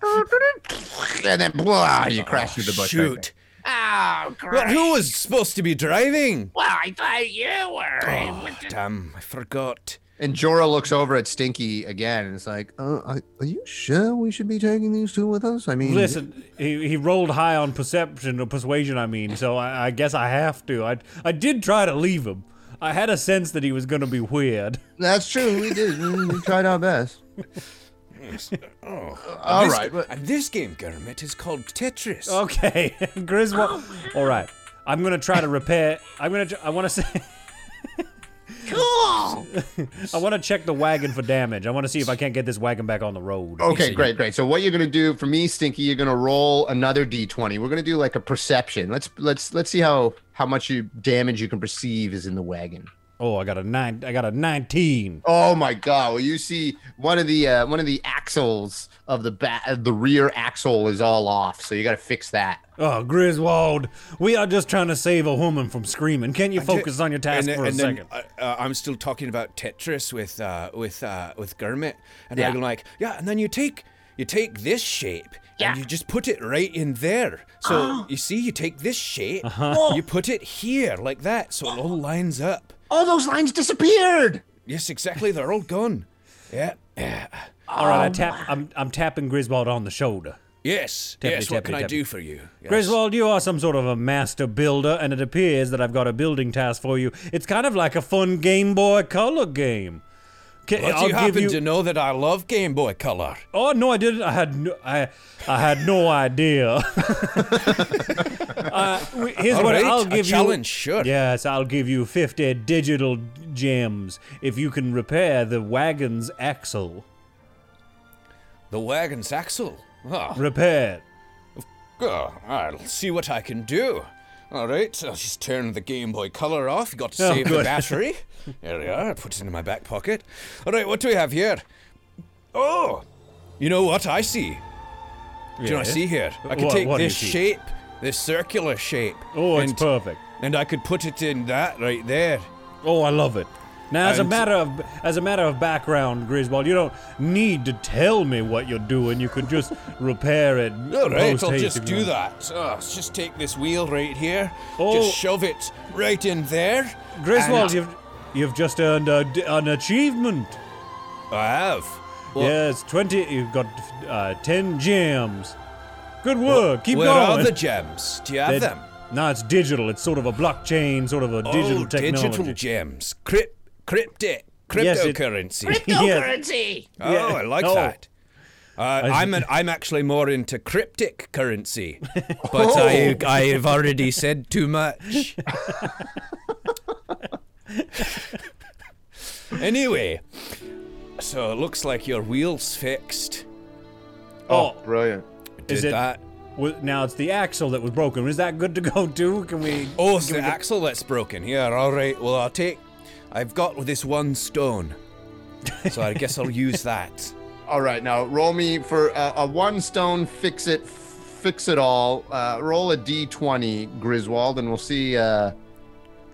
E: <laughs> and then blah, you crash through the bush. right
A: Oh, Shoot!
F: Oh,
A: But
E: <laughs>
F: great.
A: who was supposed to be driving?
F: Well, I thought you were.
E: Oh.
F: What the-
A: Damn! Um, I forgot.
E: there. And Jorah looks over at Stinky again and it's like, uh, are are you sure we should be taking these two with us? I mean,
B: Listen, he, he rolled high on perception or persuasion. I mean, so I, I guess I have to. I I did try to leave him. I had a sense that he was gonna be weird.
E: that's true. We did. We, we tried our best. All
A: this,
E: right. but-
A: And this game, Kermit, is called Tetris.
B: Okay, <laughs> Griswold. All right, I'm gonna try to repair. I'm gonna. tr- I want <laughs> to say.
F: Cool.
B: I want to check the wagon for damage. I want to see if I can't get this wagon back on the road.
A: Oh.
E: Okay, great, great. So what you're gonna do for me, Stinky, you're gonna roll another D20. We're gonna do like a perception. Let's let's let's see how how much you damage you can perceive is in the wagon.
B: Oh, I got a nine. I got a nineteen.
E: Oh my god! Well, you see one of the uh, one of the axles of the back, the rear axle is all off, so you gotta fix that.
B: Oh, Griswold, we are just trying to save a woman from screaming. Can't you focus on your
A: and,
B: task
A: then-
B: for a
A: and
B: second?
A: Then, uh, uh, I'm still talking about Tetris with uh, with uh, with Kermit, and I'm like, yeah. And then you take you take this shape and you just put it right in there. So you see, you take this shape,
B: Uh-huh.
A: you put it here like that, so it all lines up.
F: All those lines
E: <laughs>
F: disappeared.
A: Yes, exactly. They're all gone. Yeah.
B: All right, I tap. I'm, I'm tapping Griswold on the shoulder.
A: Yes.
B: Tappy,
A: yes. What
B: tappy,
A: can I
B: tappy.
A: do for you? Yes.
B: Griswold, you are some sort of a master builder, and it appears that I've got a building task for you. It's kind of like a fun Game Boy Color game. Ca-
A: But
B: I'll
A: you
B: give
A: happen to know that I love Game Boy Color.
B: Oh no, I didn't. I had no, I, I had no idea. <laughs> uh, we- here's
A: All
B: what
A: right,
B: I'll
A: a
B: give you.
A: challenge, sure.
B: Yes, I'll give you fifty digital gems if you can repair the wagon's axle.
A: The wagon's axle. Oh,
B: Repair.
A: oh, I'll see what I can do. All right, I'll just turn the Game Boy Color off. Got to
B: Oh,
A: save the
B: good.
A: battery.
B: <laughs>
A: There we are. I put it in my back pocket. All right, what do we have here? Oh, you know what I see? Do you know what I
B: Yes.
A: see here? I can
B: What-
A: take
B: what do you
A: this
B: see?
A: shape, this circular shape.
B: Oh, it's
A: and,
B: perfect.
A: and I could put it in that right there.
B: Oh, I love it. Now, as a
A: And-
B: matter of as a matter of background, Griswold, you don't need to tell me what you're doing. You
A: <laughs>
B: could just repair it.
A: All right, I'll
B: post-haste
A: just
B: if you
A: do
B: want.
A: that. Uh, let's just take this wheel right here,
B: Oh.
A: just shove it right in there.
B: Griswold,
A: and-
B: you've you've just earned a d an achievement.
A: I have.
B: Yes, 20. You've got uh, 10 gems. Good work. Keep
A: Where
B: going.
A: are the gems? Do you have
B: They're-
A: them?
B: No, it's digital. It's sort of a blockchain, sort of a digital
A: oh,
B: technology.
A: digital gems. Crypt, cryptic,
B: Yes, it-
A: cryptocurrency.
B: yes.
H: Currency.
A: oh,
B: yeah.
A: I like
B: Oh.
A: that. Uh, I'm an, I'm actually more into cryptic
B: <laughs>
A: currency, but I
B: Oh.
A: I have already said too
B: <laughs>
A: much. anyway, so it looks like your wheel's fixed.
B: Oh,
E: Brilliant.
B: is
A: Did
B: it?
A: that?
B: wa- now it's the axle that was broken. Is that good to go too? Can we?
A: Oh, it's the axle that's broken. Yeah, all right. Well, I'll take. I've got this one stone, so I guess I'll use that.
E: All right, now roll me for a, a one stone fix it, fix it all. Uh, roll a d20, Griswold, and we'll see. Uh,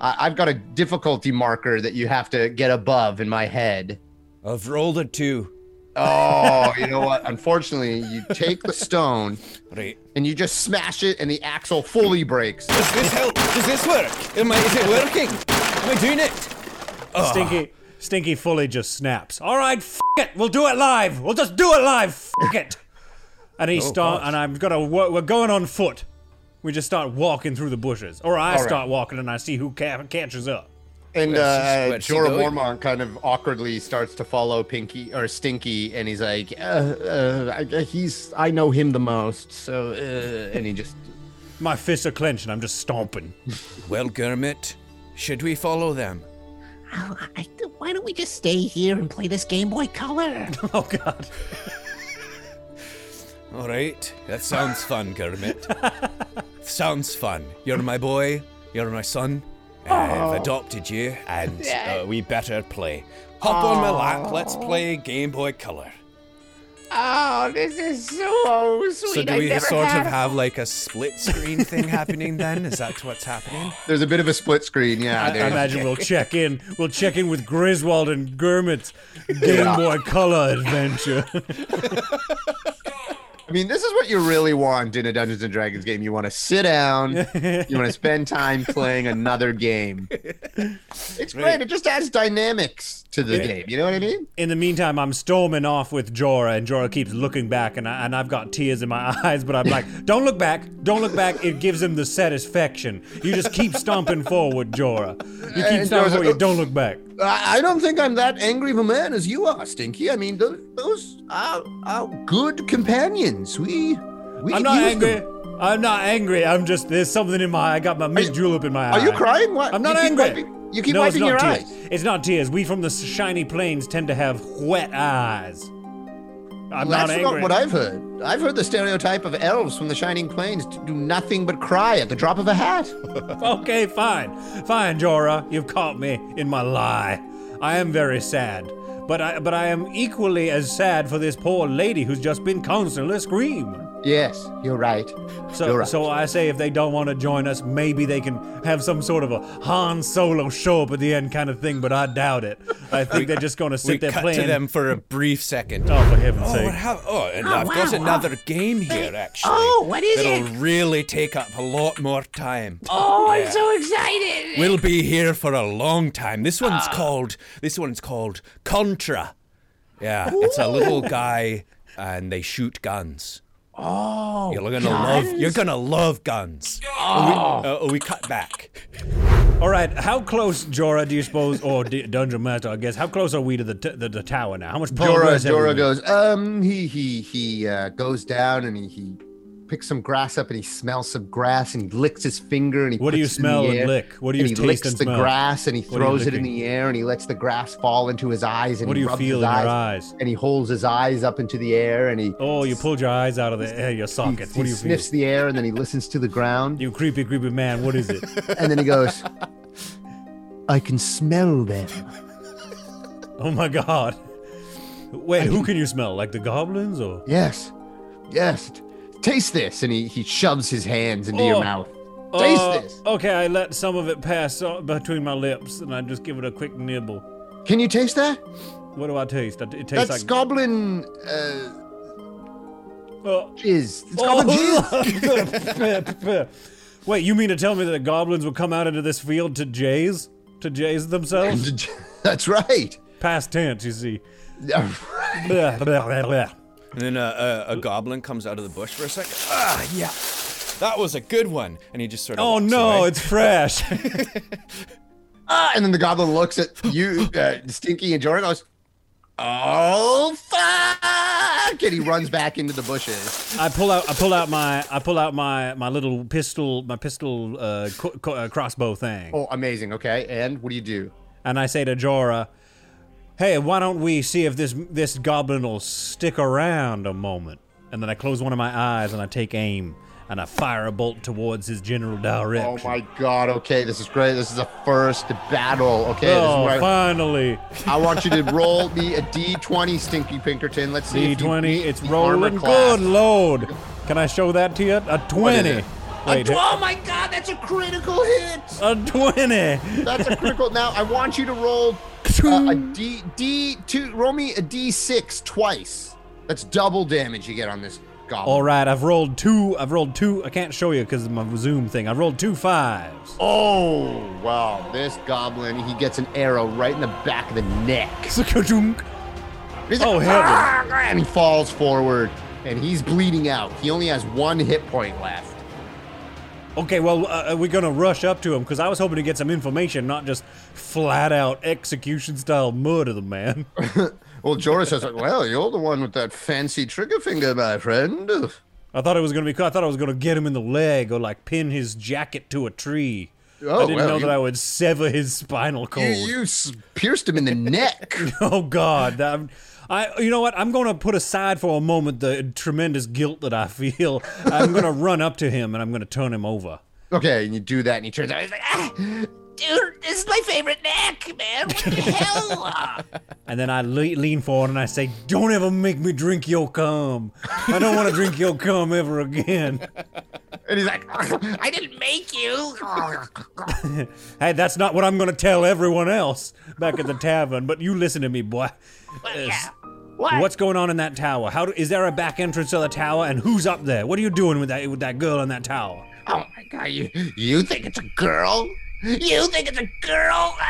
E: I, I've got a difficulty marker that you have to get above in my head.
A: I've rolled a two.
E: Oh, you know what? Unfortunately, you take the stone
A: Right.
E: and you just smash it, and the axle fully breaks.
A: Does this help? Does this work? Am I? Is it working? Am I doing it?
E: <laughs>
B: Stinky,
E: Ah.
B: Stinky fully just snaps. All right, f- it. We'll do it live. We'll just do it live. F- it. And
E: Oh,
B: he start. And I'm gonna. wo- We're going on foot. We just start walking through the bushes, or I
E: right.
B: start walking and I see who ca- catches up.
E: And
A: Where's he-
E: uh,
A: where's he
E: Jorah
A: going?
E: Mormont kind of awkwardly starts to follow Pinky or Stinky, and he's like, uh, uh, I- "He's, I know him the most." So, uh, and he just,
B: My fists are clenched and I'm just stomping. <laughs>
A: Well, Gurmit, should we follow them?
H: Oh, I, why don't we just stay here and play this Game Boy <laughs> Color?
B: Oh god.
A: All right. That sounds fun, Gurmit. sounds fun. You're my boy. You're my son. I've adopted you, and uh, we better play. Hop on my lap. Let's play Game Boy Color.
H: oh, this is so
F: <laughs>
H: sweet.
A: So do
H: I've
A: we
H: never
A: sort
H: had
A: of have like a split screen thing happening then? Is that what's happening?
E: there's a bit of a split screen. Yeah,
B: I, I
E: Ah, there.
B: imagine we'll check in. We'll check in with Griswold and Gurmit's Game Boy Color adventure.
E: I mean, this is what you really want in a Dungeons and Dragons game. You want to
B: <laughs>
E: sit down. you want to spend time playing another game. It's great. It just adds dynamics to the game. You know what I mean?
B: in the meantime, I'm storming off with Jorah, and Jorah keeps looking back, and, I, and I've got tears in my <laughs> eyes, but I'm like, don't look back, don't look back. It gives him the satisfaction. You just keep stomping forward, Jorah. You keep
E: And
B: stomping
E: Jorah's
B: forward,
E: like,
B: you don't look back.
E: I, I don't think I'm that angry of a man as you are, Stinky. I mean, those, those are, are good companions. We, we
B: I'm not
E: use them.
B: angry. I'm not angry. I'm just, there's something in my eye. I got my Miss Julep in my eye.
E: Are you crying? What?
B: Uh, I'm not
E: you keep
B: angry.
E: wiping- you keep
B: no,
E: wiping
B: it's not
E: your
B: tears.
E: eyes.
B: It's not tears. We from the shiny plains tend to have wet eyes. I'm not
E: That's
B: angry.
E: what I've heard. I've heard the stereotype of elves from the Shining Plains to do nothing but cry at the drop of a hat.
B: Okay, fine. Fine, Jorah. You've caught me in my lie. I am very sad. But I but I am equally as sad for this poor lady who's just been constantly screaming.
E: Yes, you're right.
B: So,
E: You're right.
B: so I say if they don't want to join us, maybe they can have some sort of a Han Solo show up at the end kind of thing, but I doubt it. I think they're just going to sit
A: we
B: there
A: cut
B: playing.
A: to them for a brief second.
B: Oh, for heaven's
A: Oh,
B: sake.
A: what hap- oh, and I've got
F: wow.
A: another game here, actually.
F: Oh, what is
A: It'll
F: it?
A: really take up a lot more time.
F: Oh, I'm so excited.
A: We'll be here for a long time. This one's
F: Ah.
A: called. This one's called Contra. Yeah, it's a little guy, and they shoot guns. Oh, you're gonna love. You're gonna love guns. Oh. We, uh, we cut back.
B: All right, how close, Jorah, do you suppose, or D- Dungeon Master, I guess, how close are we to the, t- the, the tower now? How much
E: Dora,
B: progress have we
E: Dora
B: made?
E: goes, um, he he he uh, goes down and he, he picks some grass up and he smells some grass and he licks his finger and he
B: What do you
E: puts it in
B: smell
E: the
B: and
E: air
B: lick? What do you
E: and
B: taste
E: he licks
B: and
E: the
B: smell?
E: grass and he
B: are you
E: throws it in
B: licking?
E: the air and he lets the grass fall into his eyes and
B: What do
E: he
B: you
E: rubs
B: feel
E: his
B: in
E: eyes,
B: your eyes?
E: and he holds his eyes up into the air and he
B: Oh, you pulled your eyes out of the, eh, your
E: he,
B: sockets.
E: he
B: What do you feel?
E: sniffs the air and then he listens to the ground
B: You creepy, creepy man, what is
E: <laughs>
B: it?
E: and then he goes, I can smell them.
B: oh my god. Wait, who can you smell? Like the goblins or?
E: Yes, yes, taste this and he he shoves his hands into
B: Oh.
E: your mouth. Taste
B: Uh,
E: this.
B: Okay, I let some of it pass uh, between my lips and I just give it a quick nibble.
E: Can you taste that?
B: What do I taste? It it tastes
E: That's
B: <laughs> like.
E: goblin uh,
B: uh,
E: jizz. It's goblin jizz.
B: Oh,
E: <laughs>
B: <laughs> Wait, you mean to tell me that the goblins would come out into this field to jays? To jays
E: <laughs>
B: themselves? <laughs>
E: That's right.
B: Past tense, you see.
E: <laughs>
B: <laughs> Oh,
E: Right.
B: Blah, blah, blah, blah.
A: And then uh, a, a, a goblin comes out of the bush for a second. Ah, yeah, that was a good one. And he just sort of.
B: Oh
A: walks
B: no,
A: away.
B: it's
E: <laughs>
B: fresh.
E: Ah, and then the goblin looks at you, uh, Stinky, and Jordan. Goes, oh fuck! And he runs back into the bushes.
B: I pull out I pull out my I pull out my my little pistol my pistol uh, co- co- uh crossbow thing.
E: Oh, amazing. Okay, and what do you do?
B: and I say to Jorah, "Hey, why don't we see if this this goblin will stick around a moment?" And then I close one of my eyes and I take aim and I fire a bolt towards his general
E: Oh
B: direction.
E: my god. Okay, this is great. This is the first battle. Okay, this is
B: Oh,
E: where I,
B: finally!
E: I want you to roll me a d20, Stinky Pinkerton. Let's see. if
B: D
E: you
B: twenty,
E: beat
B: it's
E: the armor
B: rolling.
E: class.
B: Good lord! Can I show that to you? A twenty.
E: it?
B: Wait,
E: Oh my god, that's a critical hit.
B: a twenty.
E: That's a critical. now I want you to roll uh, a d d two. Roll me a d six twice. That's double damage you get on this goblin.
B: All right, I've rolled two. I've rolled two. I can't show you because of my zoom thing. I've rolled two fives.
E: Oh wow! This goblin he gets an arrow right in the back of the neck.
B: Ka-chunk.
E: He's
B: Oh,
E: like,
B: heaven.
E: "Ah!" And he falls forward, and he's bleeding out. He only has one hit point left.
B: Okay, well, uh, we're gonna rush up to him because I was hoping to get some information, not just flat out execution style murder of the
E: <laughs>
B: man.
E: Well, Jorah says, <laughs> "Well, you're the one with that fancy trigger finger, my friend."
B: I thought it was gonna be. I thought I was gonna get him in the leg or like pin his jacket to a tree. I
E: Oh,
B: didn't
E: well,
B: know
E: you-
B: that I would sever his spinal
E: You,
B: cord.
E: you s- pierced him in the neck.
B: <laughs>
E: <laughs>
B: Oh God, I'm, I. You know what? I'm going to put aside for a moment the tremendous guilt that I feel.
E: <laughs>
B: I'm going to run up to him and I'm going to turn him over.
E: Okay, and you do that, and he turns out he's like, ah,
F: Dude, this is my favorite neck,
A: <laughs>
F: man. What the hell?
B: And then I le- lean forward and I say, "Don't ever make me drink your cum. I don't want to drink your cum ever again." <laughs>
E: and he's like, "Ah."
F: <laughs> I didn't
A: <laughs>
F: make you.
B: Hey, that's not what I'm going to tell everyone else back at the tavern. But you listen to me, boy.
F: yeah.
B: What? What's going on in that tower? How do, is there a back entrance to the tower? And who's up there? What are you doing with that with that girl in that tower?
E: oh my god, you, you think it's a girl?
F: You think it's a girl? <laughs>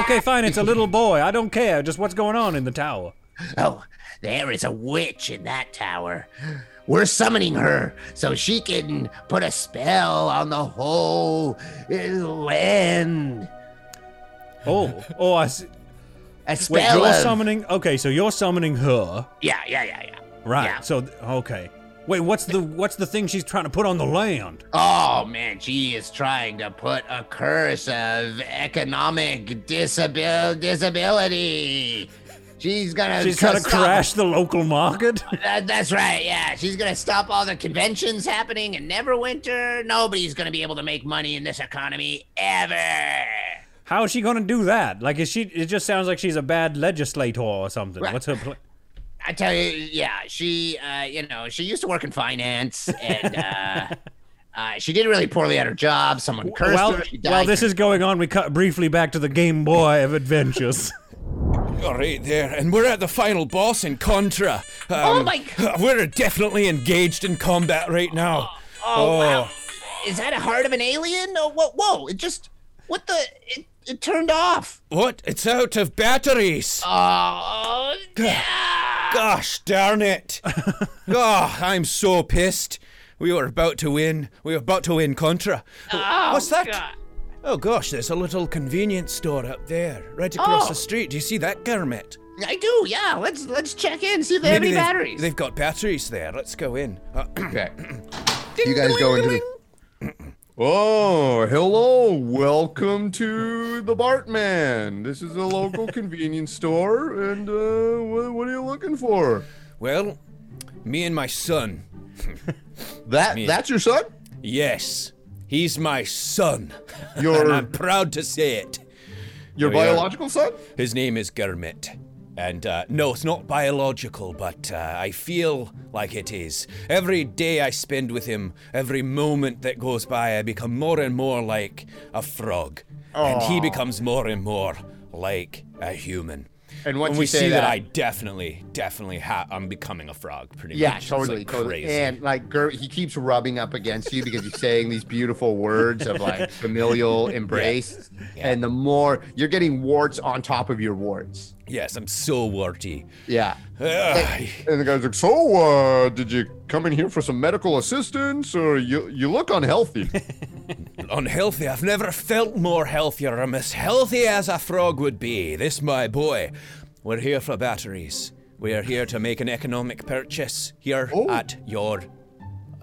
B: Okay, fine. It's a little boy. I don't care. Just what's going on in the tower?
E: Oh, there is a witch in that tower. We're summoning her so she can put a spell on the whole uh, land.
B: Oh, oh, I see.
E: A
B: Wait,
E: spell.
B: you're
E: of-
B: summoning. Okay, so you're summoning her,
E: yeah, yeah, yeah, yeah.
B: right?
E: Yeah.
B: So, th- okay. Wait, what's the what's the thing she's trying to put on the land?
E: Oh man, she is trying to put a curse of economic disabil- disability. She's gonna.
B: She's trying to
E: stop-
B: crash the local market. <laughs>
E: That, that's right. Yeah, she's gonna stop all the conventions happening in Neverwinter. Nobody's gonna be able to make money in this economy ever.
B: How is she gonna do that? Like, is she? It just sounds like she's a bad legislator or something. What's her? Pl-
F: I tell you, yeah, she, uh, you know, she used to work in finance,
B: <laughs>
F: and uh, uh, she did really poorly at her job. Someone cursed
B: While,
F: her. She died.
B: while this is going on, we cut briefly back to the Game Boy of Adventures.
A: All right, there, and we're at the final boss in Contra.
F: Oh
A: Um,
F: my-
A: We're definitely engaged in combat right now.
F: oh, wow. is that a heart of an alien? Oh, whoa, whoa! It just, what the? It, it turned off.
A: What? It's out of batteries.
F: Oh, yeah.
A: Gosh darn it! oh, I'm so pissed. We were about to win. We were about to win Contra. Oh, What's that? Oh gosh, there's a little convenience store up there, right across
F: Oh.
A: the street. Do you see that, Kermit?
F: I do. Yeah, let's let's check in see if they have any
A: they've,
F: batteries.
A: They've got batteries there. Let's go in. Uh, <clears throat>
E: Okay. you guys go into the. <clears throat> Oh, hello. Welcome to the Bartman. This is a <laughs> local convenience store. And uh, what, what are you looking for?
A: well, me and my son.
E: That That's your son?
A: Yes, he's my son.
E: <laughs>
A: and
E: Your
A: I'm proud to say it.
E: your
A: we are-
E: biological son?
A: His name is Kermit. And uh, no, it's not biological, but uh, I feel like it is. Every day I spend with him, every moment that goes by, I become more and more like a frog. And he becomes more and more like a human.
E: And once
A: When
E: you
A: we
E: say
A: see that,
E: that-
A: I definitely, definitely ha- I'm becoming a frog, pretty
E: Yeah,
A: much. It's,
E: totally.
A: like,
E: totally.
A: crazy.
E: And like, Ger- he keeps rubbing up against you because you're saying these beautiful words
A: <laughs>
E: of like familial embrace. And the more you're getting warts on top of your warts.
A: yes, I'm so warty.
E: Yeah.
A: Ugh.
E: And the guy's like, "So, uh, did you come in here for some medical assistance, or you you look <laughs> unhealthy?"
A: unhealthy. I've never felt more healthier. I'm as healthy as a frog would be. This, my boy. We're here for batteries. We are here to make an economic purchase here
E: Oh.
A: at your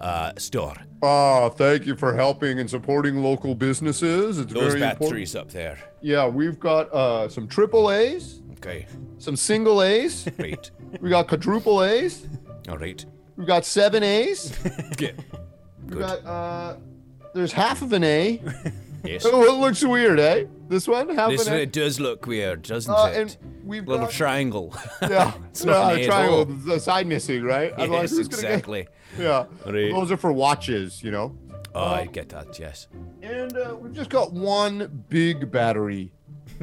A: uh, store.
E: Ah, thank you for helping and supporting local businesses. It's
A: Those
E: very important.
A: batteries up there.
E: Yeah, we've got uh some triple A's,
A: Okay,
E: some single A's, <laughs>
A: great.
E: we got quadruple A's,
A: All right.
E: we've got seven A's, <laughs>
A: Good.
E: we got uh, there's half of an A.
A: Yes.
E: Oh, <laughs> it looks weird, eh? This one, half
A: This
E: an A.
A: it does look weird, doesn't
E: Uh,
A: it?
E: and we've
A: Little
E: <laughs> got-
A: triangle. <laughs>
E: yeah,
A: it's not an
E: yeah,
A: A at
E: triangle,
A: all.
E: the side missing, right? Otherwise,
A: yes,
E: who's gonna get-
A: exactly.
E: Yeah,
A: Right.
E: those are for watches, you know.
A: Oh, I get that. Yes.
E: And uh, we've just got one big battery,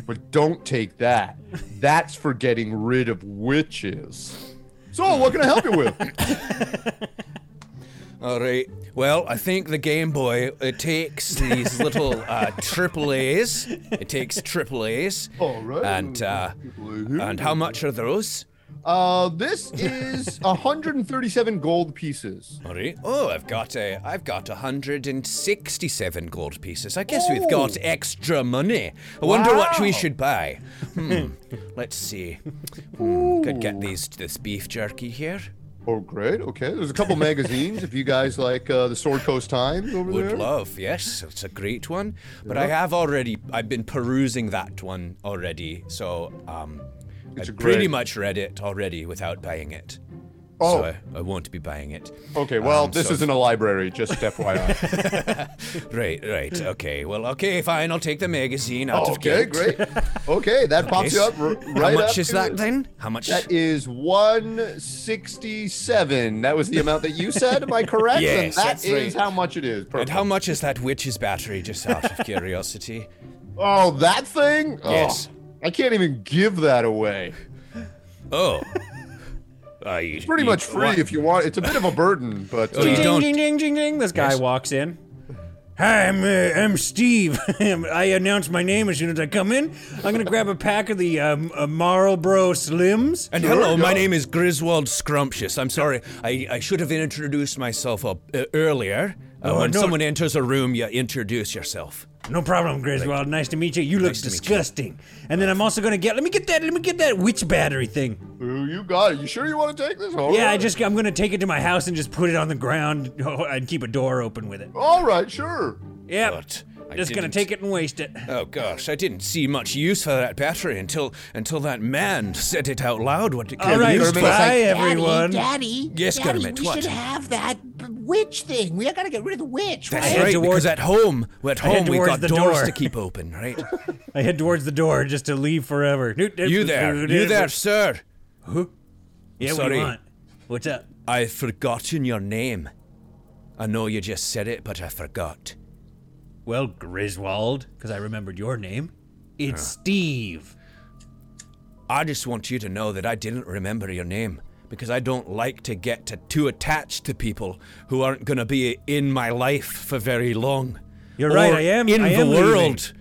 E: but don't take that. That's for getting rid of witches. So, what can I help you with?
A: All right. Well, I think the Game Boy it takes
E: <laughs>
A: these little uh, triple A's. It takes triple A's.
E: All right.
A: And uh, <laughs> and how much are those?
E: Uh, this is 137 gold pieces.
A: All right. Oh, I've got a I've got 167 gold pieces. I guess we've got extra money. I wonder what we should buy.
E: <laughs>
A: Hmm. Let's see. Hmm, Could get these this beef jerky here.
E: Oh, great. Okay. There's a
A: <laughs>
E: couple magazines if you guys like uh, the Sword Coast Times over
A: Would
E: there.
A: love, yes, it's a great one. But I have already, I've been perusing that one already, so um, I
E: a
A: pretty
E: great-
A: much read it already without buying it.
E: Oh.
A: So I, I won't be buying it.
E: Okay. Well,
A: Um,
E: this
A: so-
E: isn't a library,
A: <laughs>
E: just FYI.
A: Right, right, okay. Well, okay, fine, I'll take the magazine out of
E: Oh, okay,
A: guilt.
E: great. Okay,
A: <laughs>
E: that pops
A: Yes.
E: you up r-
A: How
E: right
A: much
E: up
A: is
E: to
A: that
E: it.
A: then? How much?
E: That is 167. That was the amount that you said. Am I correct?
A: Yes,
E: and that
A: that's
E: is
A: right.
E: how much it is.
A: and how much is that witch's battery, just out
E: <laughs>
A: of curiosity?
E: Oh, that thing? Oh,
A: Yes.
E: I can't even give that away.
A: Oh. I, Oh,
E: It's pretty much free if you want. It's a bit of a burden, but
A: you
B: ding,
E: uh,
B: ding,
A: don't-
B: ding, ding, ding, ding. This guy
A: Yes.
B: walks in. Hi, I'm, uh, I'm Steve. <laughs> I announce my name as soon as I come in. I'm going to grab a pack of the um, uh, Marlboro Slims.
A: And hello, my name is Griswold Scrumptious. I'm sorry, I, I should have introduced myself uh, uh, earlier. Uh,
B: Oh,
A: when
B: no.
A: someone enters a room, you introduce yourself.
B: No problem, Griswold. Nice to meet you. You
A: Nice
B: look
A: to meet you.
B: disgusting. And then I'm also going to get, let me get that, let me get that witch battery thing.
E: ooh, you got it. You sure you want to take this? All
B: Yeah, I
E: right.
B: just I'm gonna take it to my house and just put it on the ground <laughs> and keep a door open with it.
E: All right, sure.
B: Yeah,
A: But I
B: just gonna
A: didn't-
B: take it and waste it.
A: Oh gosh, I didn't see much use for that battery until until that man said it out loud. What it could
B: All right,
A: be used
B: bye
A: for.
B: everyone.
H: Daddy, Daddy,
A: Yes,
H: Daddy,
A: Kermit,
H: we
A: what?
H: should have that b- witch thing. We gotta get rid of the witch.
A: That's
H: right?
B: head
A: right,
B: towards-
A: because at home, we're at
B: head
A: home, we've
B: towards
A: got
B: the
A: doors
B: door.
A: to keep open,
B: <laughs>
A: right?
B: I head towards the door just to leave forever.
A: you there, you there, sir.
B: Yeah, what do
A: Sorry.
B: you want? What's up?
A: I've forgotten your name. I know you just said it, but I forgot.
B: Well, Griswold, because I remembered your name. It's Steve.
A: I just want you to know that I didn't remember your name because I don't like to get to, too attached to people who aren't going to be in my life for very long.
B: You're
A: Or
B: right, I am-
A: in
B: I
A: the
B: am leaving.
A: world,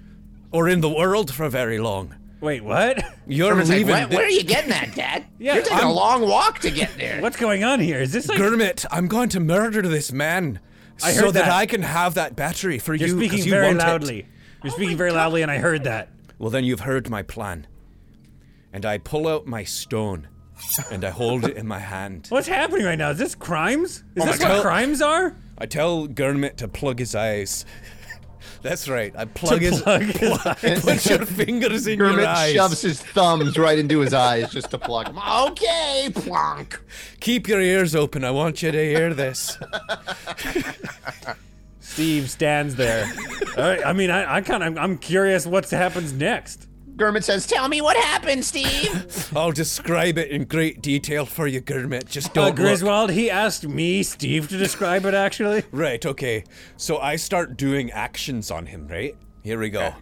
A: or in the world for very long.
B: Wait, what? <laughs>
A: You're
E: It's like,
A: leaving.
E: where,
A: thi-
E: where are you getting that, Dad?
B: Yeah,
E: You're taking
B: I'm-
E: a long walk to get there.
B: What's going on here? Is this like
A: Gurmit, I'm going to murder this man
B: I
A: so
B: heard
A: that.
B: that.
A: I can have that battery for
B: you're
A: you. 'cause
B: speaking
A: you
B: very
A: want it.
B: loudly? You're speaking very loudly, and I heard that.
A: Well, then you've heard my plan. And I pull out my stone and I hold it in my hand.
B: What's happening right now? Is this crimes? Is
A: Oh my
B: this what
A: God.
B: crimes are? <laughs>
A: I tell Gurmit to plug his eyes. <laughs> That's right. I plug his.
B: plug his
A: <laughs> Put your fingers in your
E: Kermit
A: eyes.
E: shoves his thumbs right into his eyes just to plug him. Okay, plonk.
A: Keep your ears open. I want you to hear
B: <laughs>
A: this.
B: Steve stands <laughs> there. All right, Uh, I mean, I, I kind of, I'm curious what happens next.
E: Kermit says, "Tell me what happened, Steve."
A: I'll describe it in great detail for you, Gurmit. Just
B: Uh,
A: don't. look.
B: Griswold, he asked me, Steve, to describe it. Actually,
A: Right, okay. So I start doing actions on him, right? Here we go.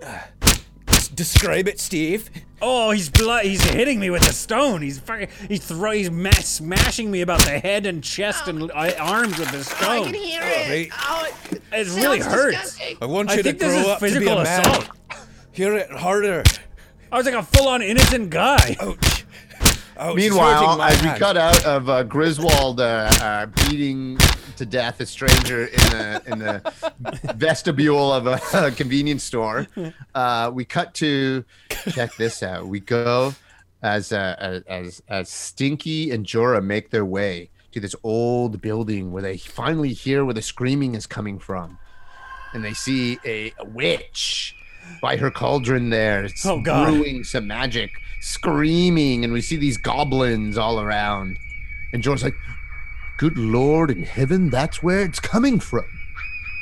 A: Des- Describe it, Steve.
B: oh, he's blo- he's hitting me with a stone. He's fucking, he's throw, he's ma- smashing me about the head and chest and uh, arms with the
H: I
B: stone.
H: can hear
A: Right.
H: it. Oh, it
B: It
H: sounds
B: really hurts.
H: disgusting.
A: I want
B: I
A: you to
B: think this is
A: grow up to be a
B: physical
A: man.
B: assault.
A: Hear it harder.
B: I was like a full-on innocent guy.
A: Ouch. Ouch. it's Oh, hurting
E: Meanwhile,
A: my
E: as we
A: hand.
E: cut out of uh, Griswold uh, uh, beating to death a stranger in the
A: <laughs>
E: in the vestibule of a, convenience store, uh, we cut to check this out. We go as uh, as as Stinky and Jorah make their way to this old building where they finally hear where the screaming is coming from, and they see a, a witch by her cauldron there. It's
B: Oh, God.
E: brewing some magic, screaming, and we see these goblins all around. And Jorah's like, Good Lord in heaven, that's where it's coming from.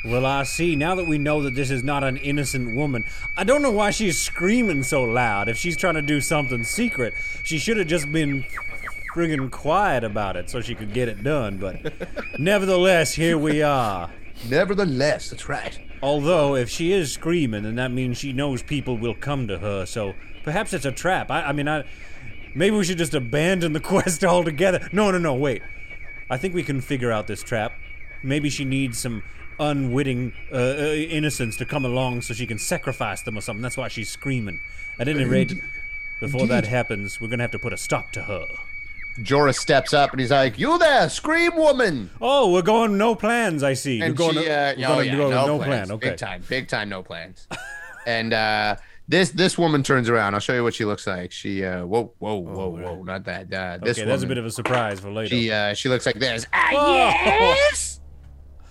B: Well, I see. Now that we know that this is not an innocent woman, I don't know why she's screaming so loud. If she's trying to do something secret, she should have just been friggin' quiet about it so she could get it done. But nevertheless, here we are.
E: Nevertheless, that's right.
B: Although, if she is screaming, then that means she knows people will come to her. So perhaps it's a trap. I, I mean, I maybe we should just abandon the <laughs> quest altogether. No, no, no. Wait. I think we can figure out this trap. Maybe she needs some unwitting uh, uh, innocents to come along so she can sacrifice them or something. That's why she's screaming. At any rate, before that happens, we're gonna have to put a stop to her.
E: Jorah steps up and he's like, You there, scream woman.
B: Oh, we're going no plans. I see.
E: And
B: you're going.
E: she,
B: to-
E: uh,
B: we're
E: oh,
B: going
E: yeah,
B: to go
E: no,
B: no
E: plans.
B: plan. Okay.
E: Big time, big time, no plans. <laughs> and uh, this this woman turns around. I'll show you what she <laughs> looks like. She, uh, whoa, whoa, whoa, whoa, not that. Uh, this
B: Oh, Okay,
E: woman,
B: that's a bit of a surprise for later.
E: she, uh, she looks like this. Ah,
B: Oh.
E: yes!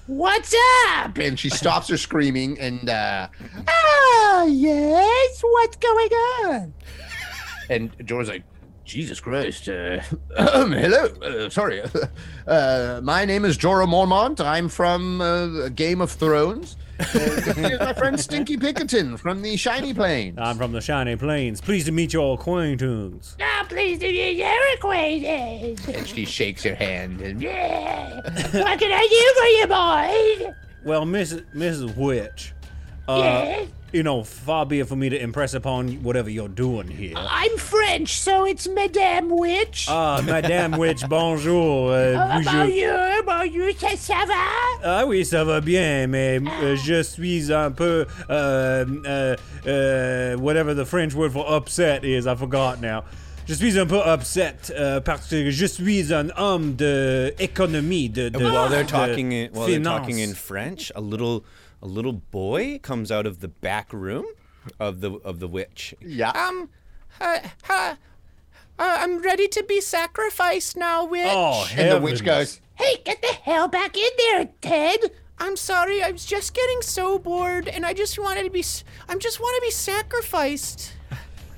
E: What's up? And she stops her screaming and uh,
H: Ah, yes. What's going on?
E: And Jorah's like, Jesus Christ. Uh, <clears throat> hello. Uh, sorry. <laughs> Uh, my name is Jorah Mormont. I'm from uh, Game of Thrones. Uh, here's my friend Stinky Pickerton from the Shiny Plains.
B: I'm from the Shiny Plains. Pleased to meet your acquaintance.
H: Now, Ah, please, do you hear acquainted? <laughs>
E: and she shakes her hand. And,
H: Yeah. what can I do for you, boy?
B: Well, Mrs. Mrs. Witch, uh,
H: Yes?
B: you know, far be it for me to impress upon whatever you're doing here.
H: I'm French, so it's Madame Witch.
B: Ah, Madame Witch, bonjour. Uh,
H: Oh, bonjour,
B: bonjour.
H: bonjour, ça, ça va?
B: Ah oui, ça va bien, mais euh, je suis un peu, uh, uh, uh, whatever the French word for upset is, I forgot now. Je suis un peu upset uh, parce que je suis un homme de économie, de, de
A: And while they're
B: de
A: talking, in, while they're talking in
B: finance.
A: French, a little a little boy comes out of the back room of the of the witch.
E: Yeah.
A: Um, uh, uh, I'm ready to be sacrificed now, witch.
B: Oh,
E: and the
B: heavens.
E: witch goes,
H: Hey, get the hell back in there, Ted.
A: I'm sorry. I was just getting so bored, and I just wanted to be. s- I'm just want to
H: <laughs>
A: be sacrificed.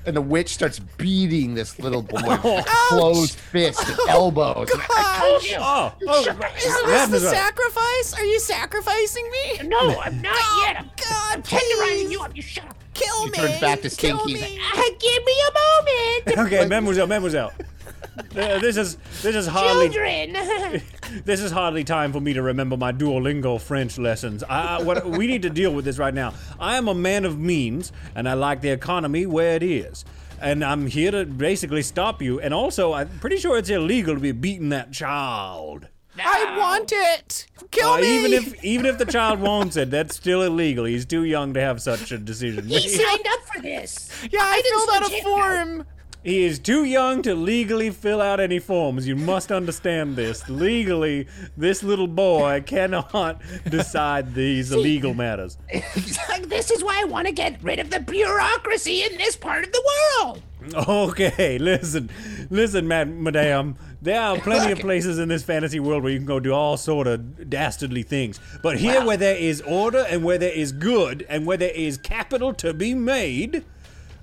E: and the witch starts beating this little boy <laughs> with a closed fist and elbows. And
B: Oh, oh,
A: Is
B: that
A: this the
B: was a-
A: sacrifice? Are you sacrificing me? Oh,
H: No, I'm not yet. I'm,
A: God,
H: I'm tenderizing
A: please.
H: you up. You shut up.
A: Kill me.
E: turns back to
A: Kill
G: <laughs>
E: Stinky, he's
A: me.
H: Ah, give me a moment.
B: <laughs> Okay, mademoiselle, mademoiselle. Uh, this is this is hardly
H: <laughs> Children!
B: this is hardly time for me to remember my Duolingo French lessons. I, I- what we need to deal with this right now. I am a man of means, and I like the economy where it is. And I'm here to basically stop you. And also, I'm pretty sure it's illegal to be beating that child.
G: I want it. Kill
B: Uh,
G: me.
B: even if even if the child wants it, that's still illegal. He's too young to have such a decision. <laughs>
H: He signed up for this.
G: yeah, I filled out a
H: legit
G: form.
B: He is too young to legally fill out any forms. You must understand this. Legally, this little boy cannot <laughs> decide these illegal matters.
H: Like, this is why I want to get rid of the bureaucracy in this part of the world.
B: Okay, listen, listen, mad- madame. There are plenty of places in this fantasy world where you can go do all sort of dastardly things. But here, where there is order and where there is good and where there is capital to be made,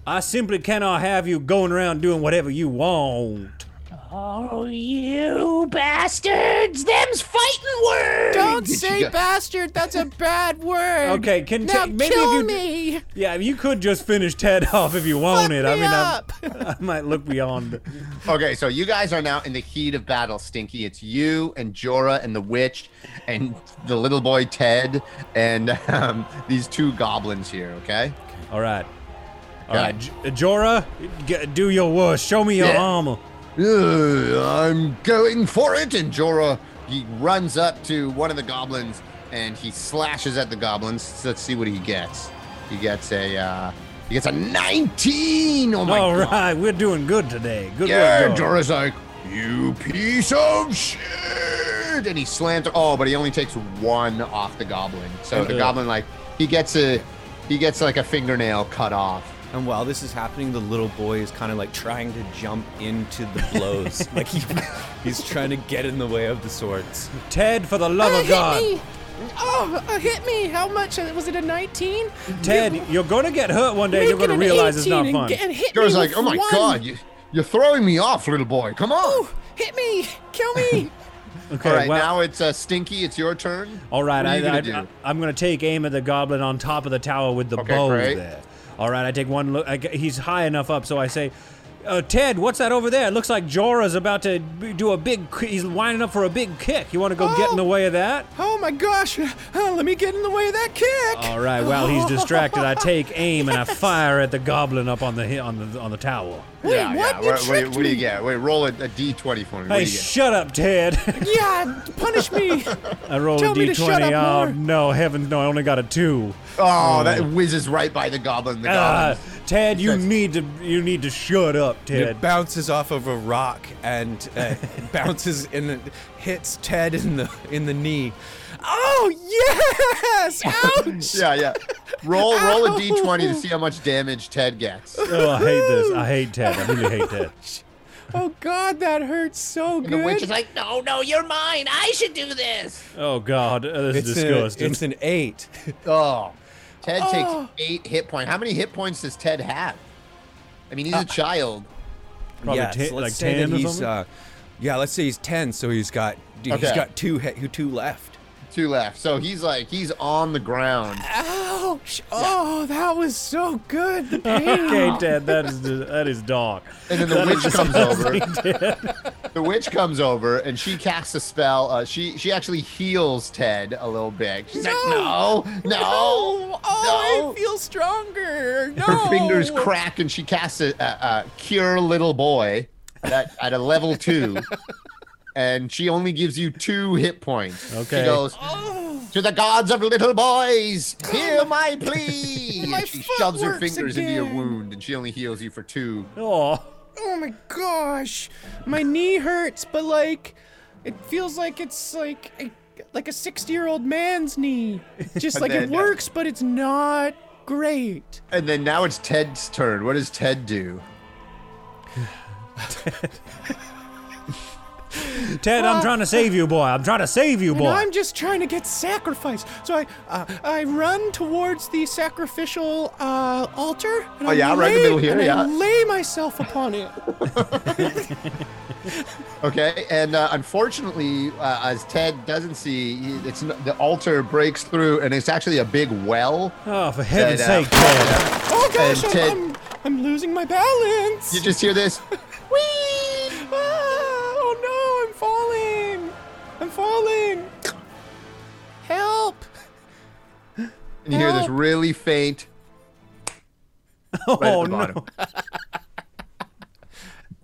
B: I simply cannot have you going around doing whatever you want.
H: Oh, you bastards! Them's fighting words.
G: Don't say bastard. That's a
B: <laughs>
G: bad word.
B: Okay, can-
G: now
B: can- maybe if
G: kill
B: you-
G: me.
B: Yeah, you could just finish Ted <laughs> off if you
G: Fuck
B: wanted.
G: me
B: I mean,
G: up.
B: <laughs> I, I might look beyond.
E: Okay, so you guys are now in the heat of battle, Stinky. It's you and Jorah and the witch and the little boy Ted and um, these two goblins here, okay?
B: All right, all
E: Yeah.
B: right, J- Jorah, g- do your worst. Show me your
E: Yeah.
B: armor.
E: "Ugh, I'm going for it. And Jorah, he runs up to one of the goblins and he slashes at the goblins. Let's see what he gets. He gets a uh, he gets a 19. Oh my
B: All
E: god.
B: right, we're doing good today. Good
E: Yeah,
B: work, Jorah.
E: Jorah's like, you piece of shit. And he slams oh, but he only takes one off the goblin. So the
B: Uh-uh.
E: goblin like he gets a he gets like a fingernail cut off.
A: And while this is happening, the little boy is kind of like trying to jump into the blows. like he, he's trying to get in the way of the swords.
B: Ted, for the love
G: Oh,
B: of God,
G: hit me. Oh, uh, hit me. How much? Uh, Was it a 19?
B: Ted, you're gonna get hurt one day.
G: Make
B: You're
G: it
B: gonna
G: an
B: realize it's
G: 18
B: not
G: and
B: fun.
G: get- And hit
E: Jorah's
G: me
E: like,
G: with
E: oh my
G: one.
E: god, you, you're throwing me off, little boy. Come on.
G: Ooh, hit me. Kill
B: <laughs>
G: me.
B: Okay,
E: All right,
B: well-
E: now it's uh, Stinky. It's your turn.
B: All right,
E: What are you
B: I,
E: gonna do?
B: am going to take aim at the goblin on top of the tower with the
E: Okay,
B: bow
E: great.
B: there. All right, I take one look. I, g- he's high enough up, so I say, uh, "Ted, what's that over there? It looks like Jorah's about to b- do a big. k- He's lining up for a big kick. You want to go get in the way of that?"
G: Oh my gosh. Uh, let me get in the way of that kick.
B: All right. While
E: <laughs>
G: <laughs>
B: he's distracted, I take aim and I fire at the goblin up on the hi- on the on the tower.
G: Wait, what? You
E: What, what,
G: tricked
E: what do you
G: me.
E: get? Wait, roll a, a d20 for me. What
B: Hey,
E: do you get?
B: shut up, Ted! <laughs>
G: Yeah, punish me.
B: I roll
G: Tell
B: a
G: me to
B: d20.
G: shut up
B: oh
G: more.
B: no, heavens no! I only got a two.
E: Oh, that whizzes right by the goblin. The
B: Ah,
E: goblin.
B: Ted, you
E: That's-
B: need to you need to shut up, Ted.
A: It bounces off of a rock and uh, <laughs> bounces and it hits Ted in the in the knee.
G: Oh,
A: <laughs>
G: yes. Ouch.
E: Yeah, <laughs> yeah. Roll, roll a
G: Ow.
E: d20 to see how much damage Ted gets.
B: Oh, I hate this. I hate Ted. I really hate Ted.
G: Oh, God, that hurts so
E: The witch
G: good.
E: is like,
H: No, no, you're mine. I should do this.
B: Oh God, uh, this is
A: It's, a,
B: disgusting.
A: it's an eight.
E: oh. Ted
G: Oh.
E: takes eight hit points. How many hit points does Ted have? I mean, he's
H: Uh,
E: a child.
B: Probably
A: yes,
B: ten-
A: let's
B: like
A: say
B: ten
A: that
B: or
A: he's,
B: something?
A: Uh, yeah, let's say he's ten, so he's got he's
E: Okay.
A: got two he- two left.
E: Two left. So he's like, he's on
H: <laughs>
E: the ground.
G: Ouch. Oh, that was so good. The
B: <laughs> <laughs>
G: pain.
B: okay, Ted, that is that is dark.
E: And then the witch comes over. the witch comes over and she casts a spell. Uh, she she actually heals Ted a little bit. She's like,
H: <laughs>
E: no, no,
G: Oh, oh,
E: no.
G: I feel stronger.
E: <laughs>
G: No.
E: Her fingers
G: Oh.
E: crack and she casts a, a, a cure little boy at, at a level two. and she only gives you two hit points.
B: Okay.
E: She goes,
G: Oh.
E: to the gods of little boys, hear my
G: <laughs>
E: plea.
G: My
E: and she
G: foot
E: shoves her
G: works
E: fingers into your
G: again.
E: wound and she only heals you for two.
B: Oh,
G: Oh my gosh, my knee hurts, but like, it feels like it's like a, like a sixty-year-old
E: <laughs>
G: man's knee. Just like it
E: then-
G: works, but it's not great.
E: And then now it's Ted's turn. What does Ted do?
B: Ted, I'm trying to save you, boy. I'm trying to save you,
G: And
B: boy.
G: I'm just trying to get sacrificed. So I uh, I run towards the sacrificial uh, altar. And
E: Oh,
G: I
E: yeah,
G: lay,
E: right in the middle here,
G: and I
E: yeah.
G: lay myself upon it.
E: Okay, and uh, unfortunately, uh, as Ted doesn't see, it's n- the altar breaks through, and it's actually a big well.
B: oh, for heaven's
E: Ted, uh,
B: sake, Ted.
G: Oh gosh,
E: Ted-
G: I'm, I'm I'm losing my balance.
E: You just hear this.
G: Ah.
E: And you hear this really faint.
B: <laughs> Oh
E: right at the
B: no.
E: bottom.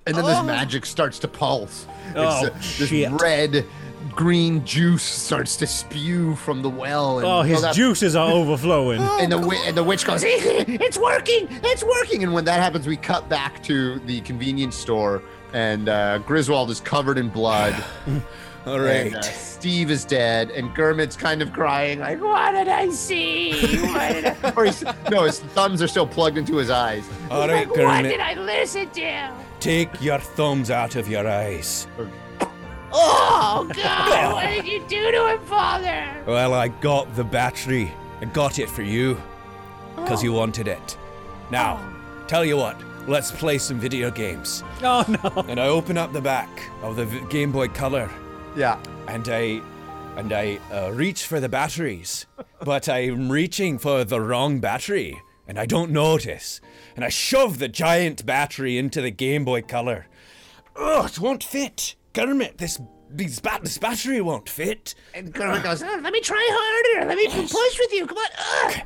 E: and then this magic starts to pulse.
B: Oh,
E: It's, uh, this
B: shit.
E: red, green juice starts to spew from the well. And,
B: Oh, his
E: that-
B: juices
A: <laughs>
B: are overflowing.
A: Oh,
E: And the, wi- and the witch goes, <laughs> It's working! It's working! And when that happens, we cut back to the convenience store, and uh, Griswold is covered in blood.
A: All right.
E: and, uh, Steve is dead, and Gurmit's kind of crying, like,
H: What did I see? What did <laughs> I,
E: or he's, no, his thumbs are still plugged into his eyes.
A: All right,
H: like, what
A: Kermit.
H: did I listen to?
A: Take your thumbs out of your eyes.
H: Oh God! what did you do to him, Father?
A: Well, I got the battery. I got it for you. Because
B: Oh.
A: you wanted it. Now, tell you what, let's play some video games.
B: Oh no.
A: And I open up the back of the v- Game Boy Color
E: Yeah.
A: and I. And I uh, reach for the batteries, but I'm reaching for the wrong battery, and I don't notice. And I shove the giant battery into the Game Boy Color. Ugh, it won't fit. Kermit, this these bat this battery won't fit.
E: And Gurmit goes, "Ah."
H: Uh, Let me try harder. Let me push with you. Come on. Ugh.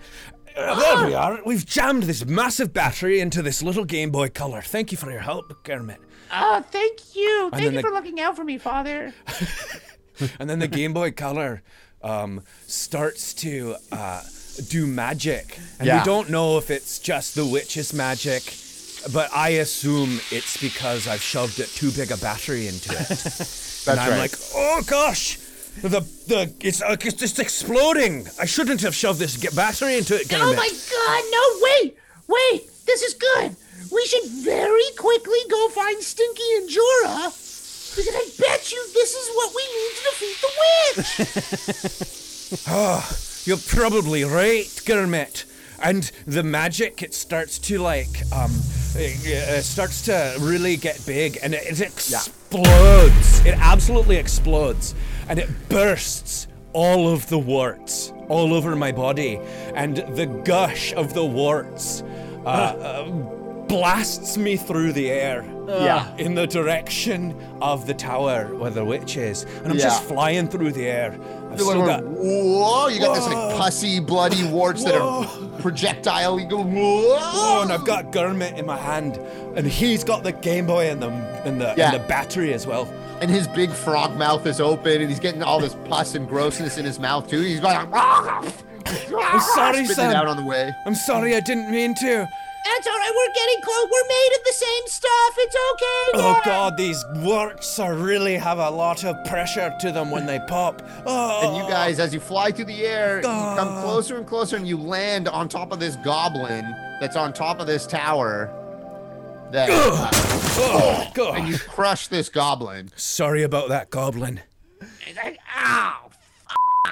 A: Uh, there we are. We've jammed this massive battery into this little Game Boy Color. Thank you for your help, Kermit.
H: Oh, thank you. Thank
A: then
H: you
A: the-
H: for looking out for me, Father.
A: And then the Game Boy Color um, starts to uh, do magic. And
E: Yeah.
A: we don't know if it's just the witch's magic, but I assume it's because I've shoved it too big a battery into
E: <laughs>
A: it. and I'm
E: right.
A: like, oh gosh! The, the it's uh, it's just exploding. I shouldn't have shoved this g- battery into it.
H: Oh
A: Kermit.
H: my God! No, wait, wait. This is good. We should very quickly go find Stinky and Jora, because I bet you this is what we need to defeat the
A: <laughs>
H: witch.
A: You're probably right, Gurmit. And the magic, it starts to like, um, it, it starts to really get big and it, it explodes. It absolutely explodes. And it bursts all of the warts all over my body. And the gush of the warts uh, uh, blasts me through the air. uh,
E: Yeah.
A: In the direction of the tower where the witch is. And I'm just
E: Yeah.
A: flying through the air. I've
E: Like,
A: still got
E: Whoa! You got this like
A: Whoa.
E: pussy, bloody warts that are projectile. You go, whoa!
A: Oh, and I've got Gurmit in my hand, and he's got the Game Boy and the and the,
E: Yeah.
A: and the battery as well.
E: and his big frog mouth is open, and he's getting all this pus and grossness in his mouth too. He's going, I'm
A: sorry,
E: spitting
A: son.
E: it out on the way.
A: I'm sorry, I didn't mean to.
H: That's all right. We're getting close. We're made of the same stuff. It's okay.
A: Oh
H: Dad.
A: God, these works are really have a lot of pressure to them when they pop. Oh,
E: And you guys, as you fly through the air, you come closer and closer, and you land on top of this goblin that's on top of this tower. That
A: oh God.
E: and you crush this goblin.
A: Sorry about that, Goblin.
H: It's like, oh, ow.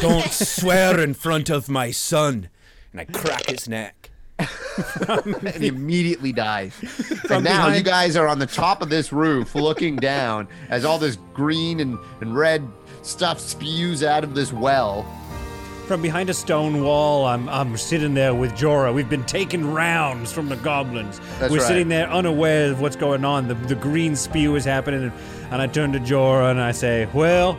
A: Don't swear in front of my son. And I crack his neck.
E: and he
B: <laughs>
E: immediately dies. and now you guys are on the top of this roof looking down as all this green and, and red stuff spews out of this well.
B: From behind a stone wall, I'm I'm sitting there with Jorah. We've been taking rounds from the goblins.
E: That's
B: We're
E: right.
B: sitting there unaware of what's going on. The the green spew is happening, and, and I turn to Jorah and I say, "Well,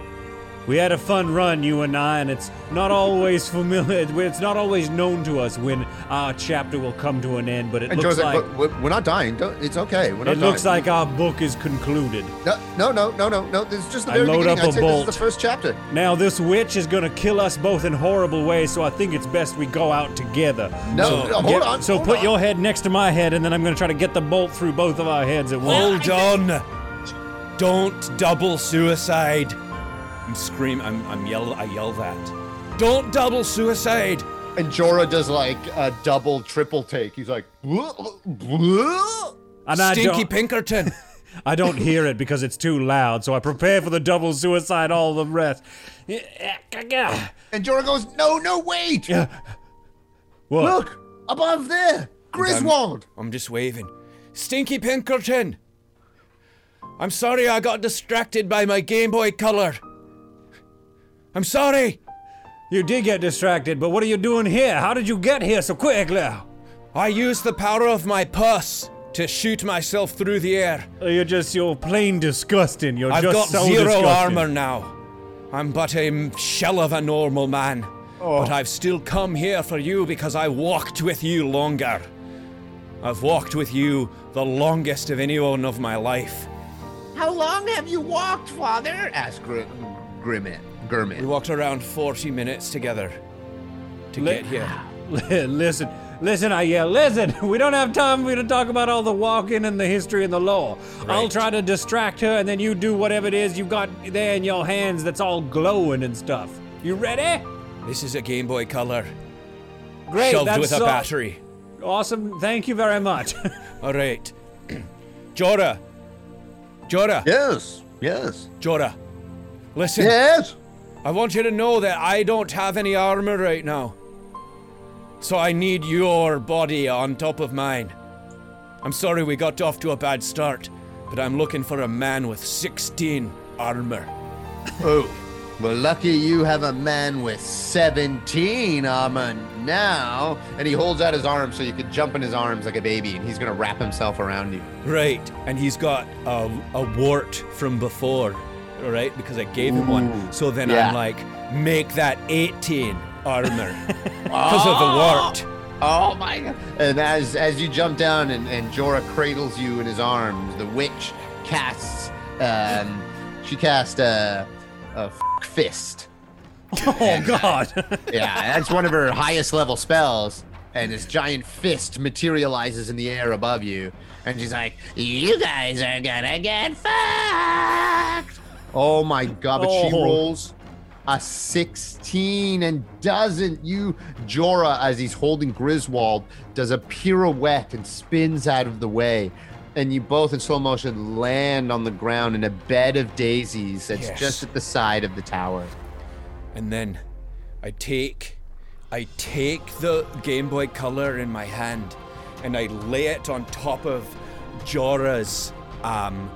B: we had a fun run, you and I, and it's not always familiar. It's not always known to us when our chapter will come to an end. But it
E: And
B: looks
E: Joe's like,
B: like."
E: "Look, we're, we're not dying. Don't, it's okay. We're not
B: It looks
E: dying."
B: like our book is concluded.
E: No, no, no, no, no, no. This is just the
B: I
E: very
B: load up
E: beginning. I'd
B: a
E: say
B: bolt.
E: This is the first chapter.
B: Now, this witch is gonna kill us both in horrible ways, so I think it's best we go out together.
E: No, no, hold
B: Get-
E: on.
B: so
E: hold
B: put
E: on.
B: your head next to my head, and then I'm gonna try to get the bolt through both of our heads at once.
A: Hold on. Don't double suicide. I'm scream. I'm I'm yell. I yell that. Don't double suicide.
E: And Jorah does like a double, triple take. He's like, "Whoa, whoa."
B: and I
A: Stinky
B: don't,
A: Pinkerton. <laughs>
B: I don't hear it because it's too loud. So I prepare for the double suicide. All the rest.
E: and Jorah goes, no, no, wait.
B: What?
E: Look above there, Griswold.
A: I'm just waving. Stinky Pinkerton. I'm sorry I got distracted by my Game Boy Color. I'm sorry.
B: You did get distracted, but what are you doing here? How did you get here so quickly?
A: I used the power of my purse to shoot myself through the air.
B: You're just you're plain disgusting. You're
A: I've
B: just
A: got
B: so
A: zero
B: disgusting.
A: armor now. I'm but a shell of a normal man.
B: Oh.
A: But I've still come here for you because I walked with you longer. I've walked with you the longest of anyone of my life.
E: How long have you walked, Father? asked Gr- Grimmett.
A: We
E: Grimmett.
A: walked around 40 minutes together to
B: Li-
A: get here.
B: listen, listen, I yell, listen, <laughs> we don't have time for you to talk about all the walking and the history and the lore. I'll try to distract her and then you do whatever it is you've got there in your hands that's all glowing and stuff. You ready?
A: This is a Game Boy Color
B: Great.
A: shoved
B: that's
A: with a
B: all-
A: battery.
B: Awesome. Thank you very much. <laughs>
A: All right. <clears throat> Jorah. Jorah.
C: Yes. Yes.
A: Jorah. Listen,
C: Yes.
A: I want you to know that I don't have any armor right now. So I need your body on top of mine. I'm sorry we got off to a bad start, but I'm looking for a man with 16 armor.
C: Oh.
F: Well, lucky you have a man with 17 armor now.
E: And he holds out his arms so you could jump in his arms like a baby, and he's gonna wrap himself around you.
A: Right, and he's got a, a wart from before, right? Because I gave him one. So then
E: yeah.
A: I'm like, make that 18 armor because of the wart.
E: Oh my god! And as as you jump down and, and Jorah cradles you in his arms, the witch casts um she cast a, a f- fist.
B: oh, God.
E: Yeah, that's one of her highest level spells. And this giant fist materializes in the air above you, and she's like, "You guys are gonna get fucked!" Oh my god! But she
B: Oh.
E: rolls a 16 and doesn't you Jorah as he's holding Griswold does a pirouette and spins out of the way and you both in slow motion land on the ground in a bed of daisies that's
A: Yes.
E: just at the side of the tower.
A: And then I take I take the Game Boy Color in my hand and I lay it on top of Jorah's um,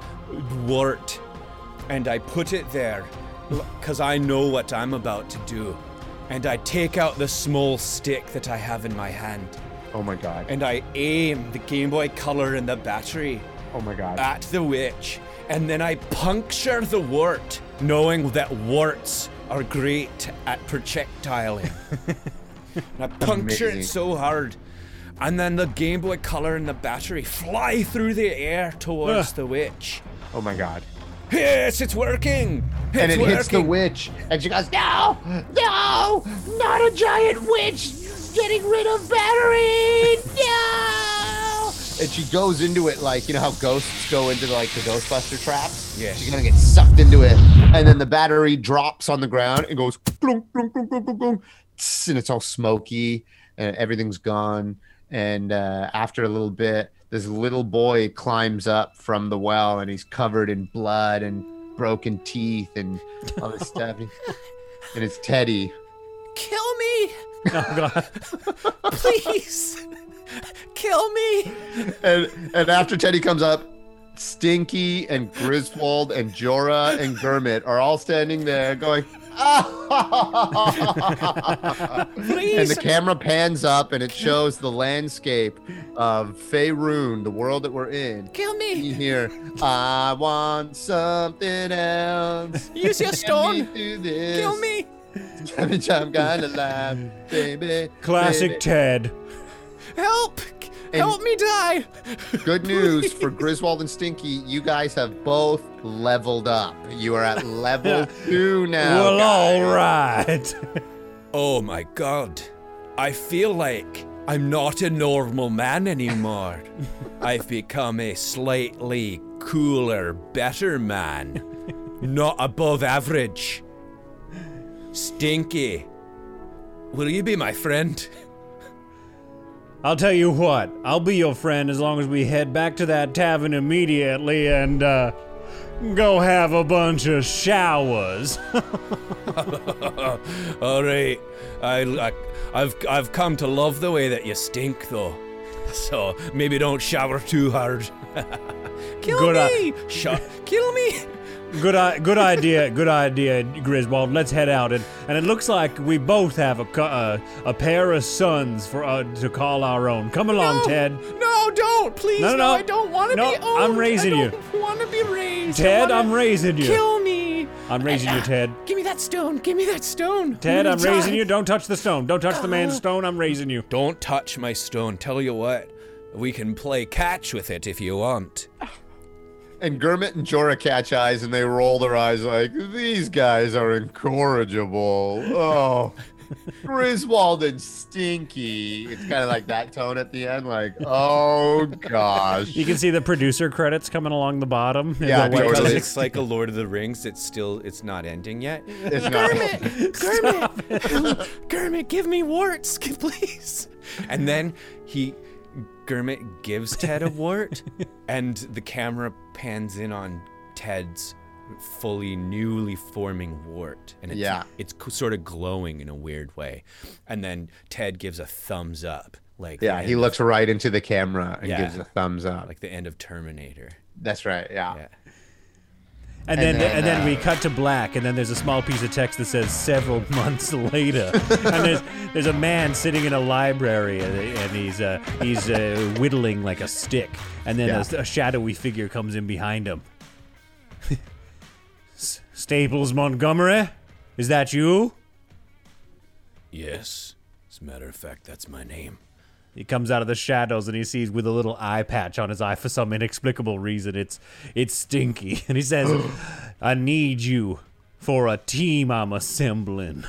A: wart and I put it there because I know what I'm about to do. And I take out the small stick that I have in my hand
E: Oh my god.
A: and I aim the Game Boy Color and the battery
E: Oh my god.
A: at the witch, and then I puncture the wart, knowing that warts are great at
E: <laughs>
A: projectiling. and I puncture it
E: Amazing.
A: so hard, and then the Game Boy Color and the battery fly through the air towards the witch.
E: oh my god.
A: Yes, it's working! It's
E: and it
A: working.
E: hits the witch, and she goes, "No, no, not a giant witch getting rid of battery, no!" And she goes into it like you know how ghosts go into like the Ghostbuster traps.
A: Yes.
E: she's gonna get sucked into it, and then the battery drops on the ground and goes, "Plunk, plunk, plunk, plunk, plunk, plunk," tss, and it's all smoky, and everything's gone. And uh, after a little bit, this little boy climbs up from the well, and he's covered in blood and broken teeth and all this stuff. And it's Teddy.
A: Kill me!
B: oh, God.
A: Please! Kill me!
E: And and after Teddy comes up, Stinky and Griswold and Jorah and Gurmit are all standing there going, "Ah!" and the camera pans up and it shows the landscape of Faerun, the world that we're in.
G: Kill me.
E: You hear, I want something else.
G: Use your stone.
E: Kill
G: Kill me.
E: Every time <laughs> I'm gonna laugh, baby.
B: Classic
E: baby.
B: Ted.
G: Help. Help me die.
E: Good news for Griswold and Stinky. You guys have both leveled up. You are at level two now.
B: well, all right. <laughs>
A: Oh my god. I feel like I'm not a normal man
G: <laughs>
A: anymore. I've become a slightly cooler, better man. Not above average. Stinky. Will you be my friend? <laughs>
B: I'll tell you what, I'll be your friend as long as we head back to that tavern immediately and, uh, go have a bunch of showers.
A: All right. I, I, I've, I've come to love the way that you stink, though. So maybe don't shower too hard. <laughs>
G: Kill
B: Good
G: me. <laughs>
A: Shut.
G: Kill me.
B: Good, I- good idea, good idea, Griswold. Let's head out, and, and it looks like we both have a co- uh, a pair of sons for uh, to call our own. Come along,
G: No.
B: Ted.
G: No, don't. Please.
B: No,
G: No,
B: no, no.
G: I don't want to
B: No,
G: be
B: I'm
G: owned.
B: raising
G: I
B: you.
G: don't want to be raised. I
B: Ted,
G: wanna-
B: I'm raising you.
G: Kill me.
B: I'm raising you,
G: <laughs>
B: Ted.
G: Give me that stone. Give me that stone.
B: Ted,
G: gonna
B: I'm raising
G: die.
B: you. Don't touch the stone. Don't touch the
G: Oh.
B: man's stone. I'm raising you.
A: Don't touch my stone. Tell you what, we can play catch with it if you want.
E: And Gurmit and Jorah catch eyes and they roll their eyes like, these guys are incorrigible. Oh, Griswold and Stinky. It's kind of like that tone at the end, like, oh gosh.
B: You can see the producer credits coming along the bottom.
E: Yeah,
B: The white
E: totally.
A: Because
B: color.
A: it's like a Lord of the Rings. It's still it's not ending
E: <laughs>
A: yet.
E: It's not.
G: Kermit,
A: <laughs>
G: Kermit, give me warts, please.
A: And then he Gurmit gives Ted a
E: <laughs>
A: wart, and the camera pans in on Ted's fully newly forming wart, and it's
E: Yeah.
A: it's co- sort of glowing in a weird way. And then Ted gives a thumbs up, like the
E: Yeah, he
A: end
E: looks right into the camera and
A: Yeah.
E: gives a thumbs up.
A: of, like the end of Terminator.
E: That's right. Yeah.
A: Yeah.
B: And then,
E: And then,
B: and then
E: uh,
B: we cut to black, and then there's a small piece of text that says several <laughs> months later. and there's there's a man sitting in a library, and, and he's uh, he's uh, whittling like a stick. And then a, a shadowy figure comes in behind him. <laughs> S- Staples Montgomery, is that you?
A: Yes, as a matter of fact, that's my name.
B: He comes out of the shadows and he sees with a little eye patch on his eye for some inexplicable reason. It's it's stinky. <laughs> And he says,
E: <gasps>
B: I need you for a team I'm assembling.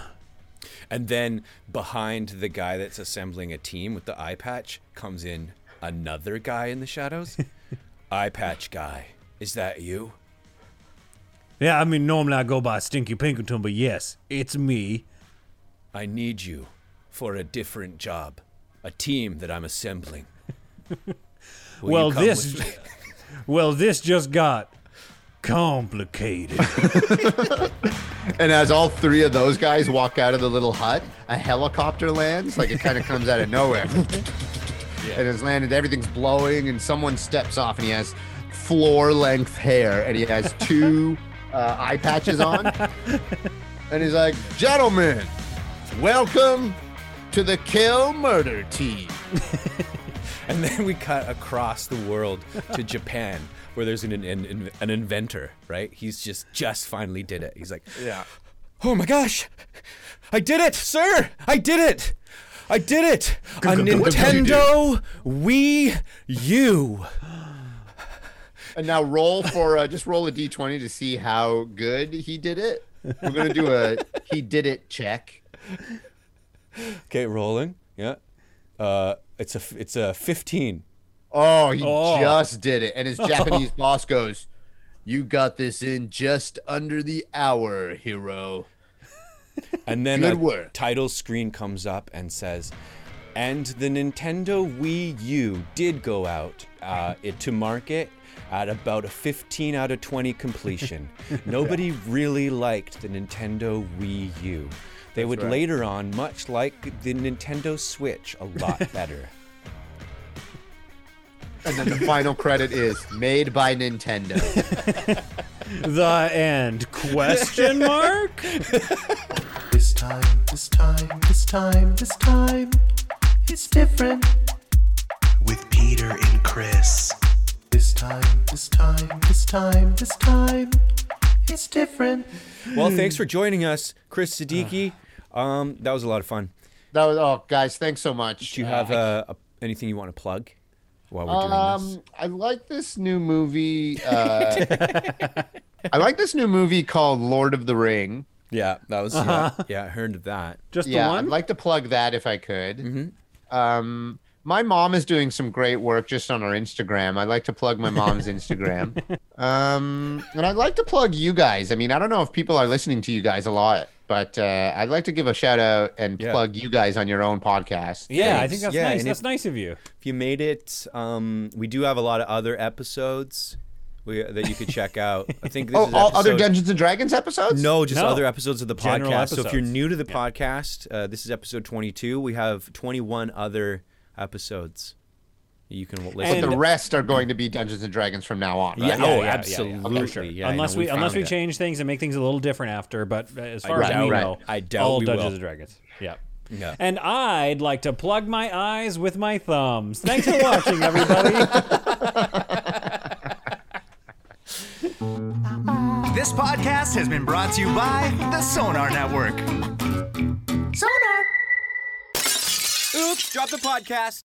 A: And then behind the guy that's assembling a team with the eye patch comes in another guy in the <laughs> shadows. eye patch guy, is that you?
B: Yeah, I mean normally I go by Stinky Pinkerton, but yes, it's me.
A: I need you for a different job, a team that I'm <laughs> assembling. Will you
B: well
A: come <laughs>
B: this
A: with me?
B: Well this just got complicated.
A: <laughs>
E: And as all three of those guys walk out of the little hut, a helicopter lands. Like it kind of comes out of nowhere. And it's landed, everything's blowing, and someone steps off and he has floor length hair and he has two uh, eye patches on. And he's like, Gentlemen, welcome to the kill murder team.
A: and then we cut across the world <laughs> to Japan, where there's an an, an an inventor, right? He's just just finally did it. He's like, yeah. Oh my gosh, I did it, sir! I did it! I did it! A Nintendo Wii U.
E: And now roll for uh, just roll a d20 to see how good he did it. We're going to do a he did it check.
A: Okay, rolling. Yeah. Uh, it's a f- it's a 15.
E: Oh, he
B: Oh.
E: just did it.
A: <laughs>
E: And his Japanese boss goes, You got this in just under the hour, hero.
A: And then
E: Good
A: a
E: work.
A: <laughs> title screen comes up and says, "And the Nintendo Wii U did go out uh, it, to market at about a 15 out of 20
E: <laughs>
A: completion. Nobody really liked the Nintendo Wii U. They would later on, much like the Nintendo Switch, a
E: <laughs>
A: lot better."
E: And then the final credit is made by Nintendo.
B: the end
A: <laughs>
B: question mark?
D: This time, this time, this time, this time, it's different. With Peter and Chris. This time, this time, this time, this time, it's different.
A: well, thanks for joining us, Chris Siddiqui. Um, that was a lot of fun.
E: That was oh guys, thanks so much.
A: Do you have uh, a, anything you want to plug while we're doing this?
E: Um, I like this new movie.
A: <laughs>
E: Uh, I like this new movie called Lord of the Ring.
A: Yeah, that was
E: Uh-huh.
A: yeah, yeah. I heard of that.
B: Just
E: yeah,
B: the one?
E: I'd like to plug that if I could.
A: Mm-hmm.
E: Um, my mom is doing some great work just on her Instagram. I'd like to plug my
A: <laughs>
E: mom's Instagram. Um, and I'd like to plug you guys. I mean, I don't know if people are listening to you guys a lot, but uh, I'd like to give a shout out and
A: Yeah.
E: plug you guys on your own podcast.
B: yeah, I
A: Thanks.
B: think that's
A: Yeah,
B: nice.
A: and
B: That's
A: if-
B: nice of you.
A: if you made it, um, we do have a lot of other episodes we, that you could check out. I think this
E: Oh,
A: is
E: all other
A: episode-
E: Dungeons and Dragons episodes?
A: No, just
B: No.
A: other episodes of the
B: General
A: podcast. So if you're
B: episodes.
A: new to the podcast, uh, this is episode 22. We have 21 other episodes. You can listen.
B: And-
A: to.
E: The rest are going to be Dungeons and Dragons from now on.
A: yeah,
E: Right?
B: yeah, yeah,
A: oh,
B: yeah,
A: absolutely. Yeah,
B: yeah, for sure.
A: I know
B: unless we,
A: found
B: unless we
A: it.
B: change things and make things a little different after, but uh, as far as
A: doubt-
B: we
A: right.
B: know,
A: I doubt
B: all
A: we
B: Dungeons
A: will.
B: and Dragons. Yeah.
A: Yeah.
B: And I'd like to plug my eyes with my thumbs. Thanks for watching, everybody.
H: Bye.
F: This podcast has been brought to you by the Sonar Network.
I: Sonar!
F: Oops, drop the podcast.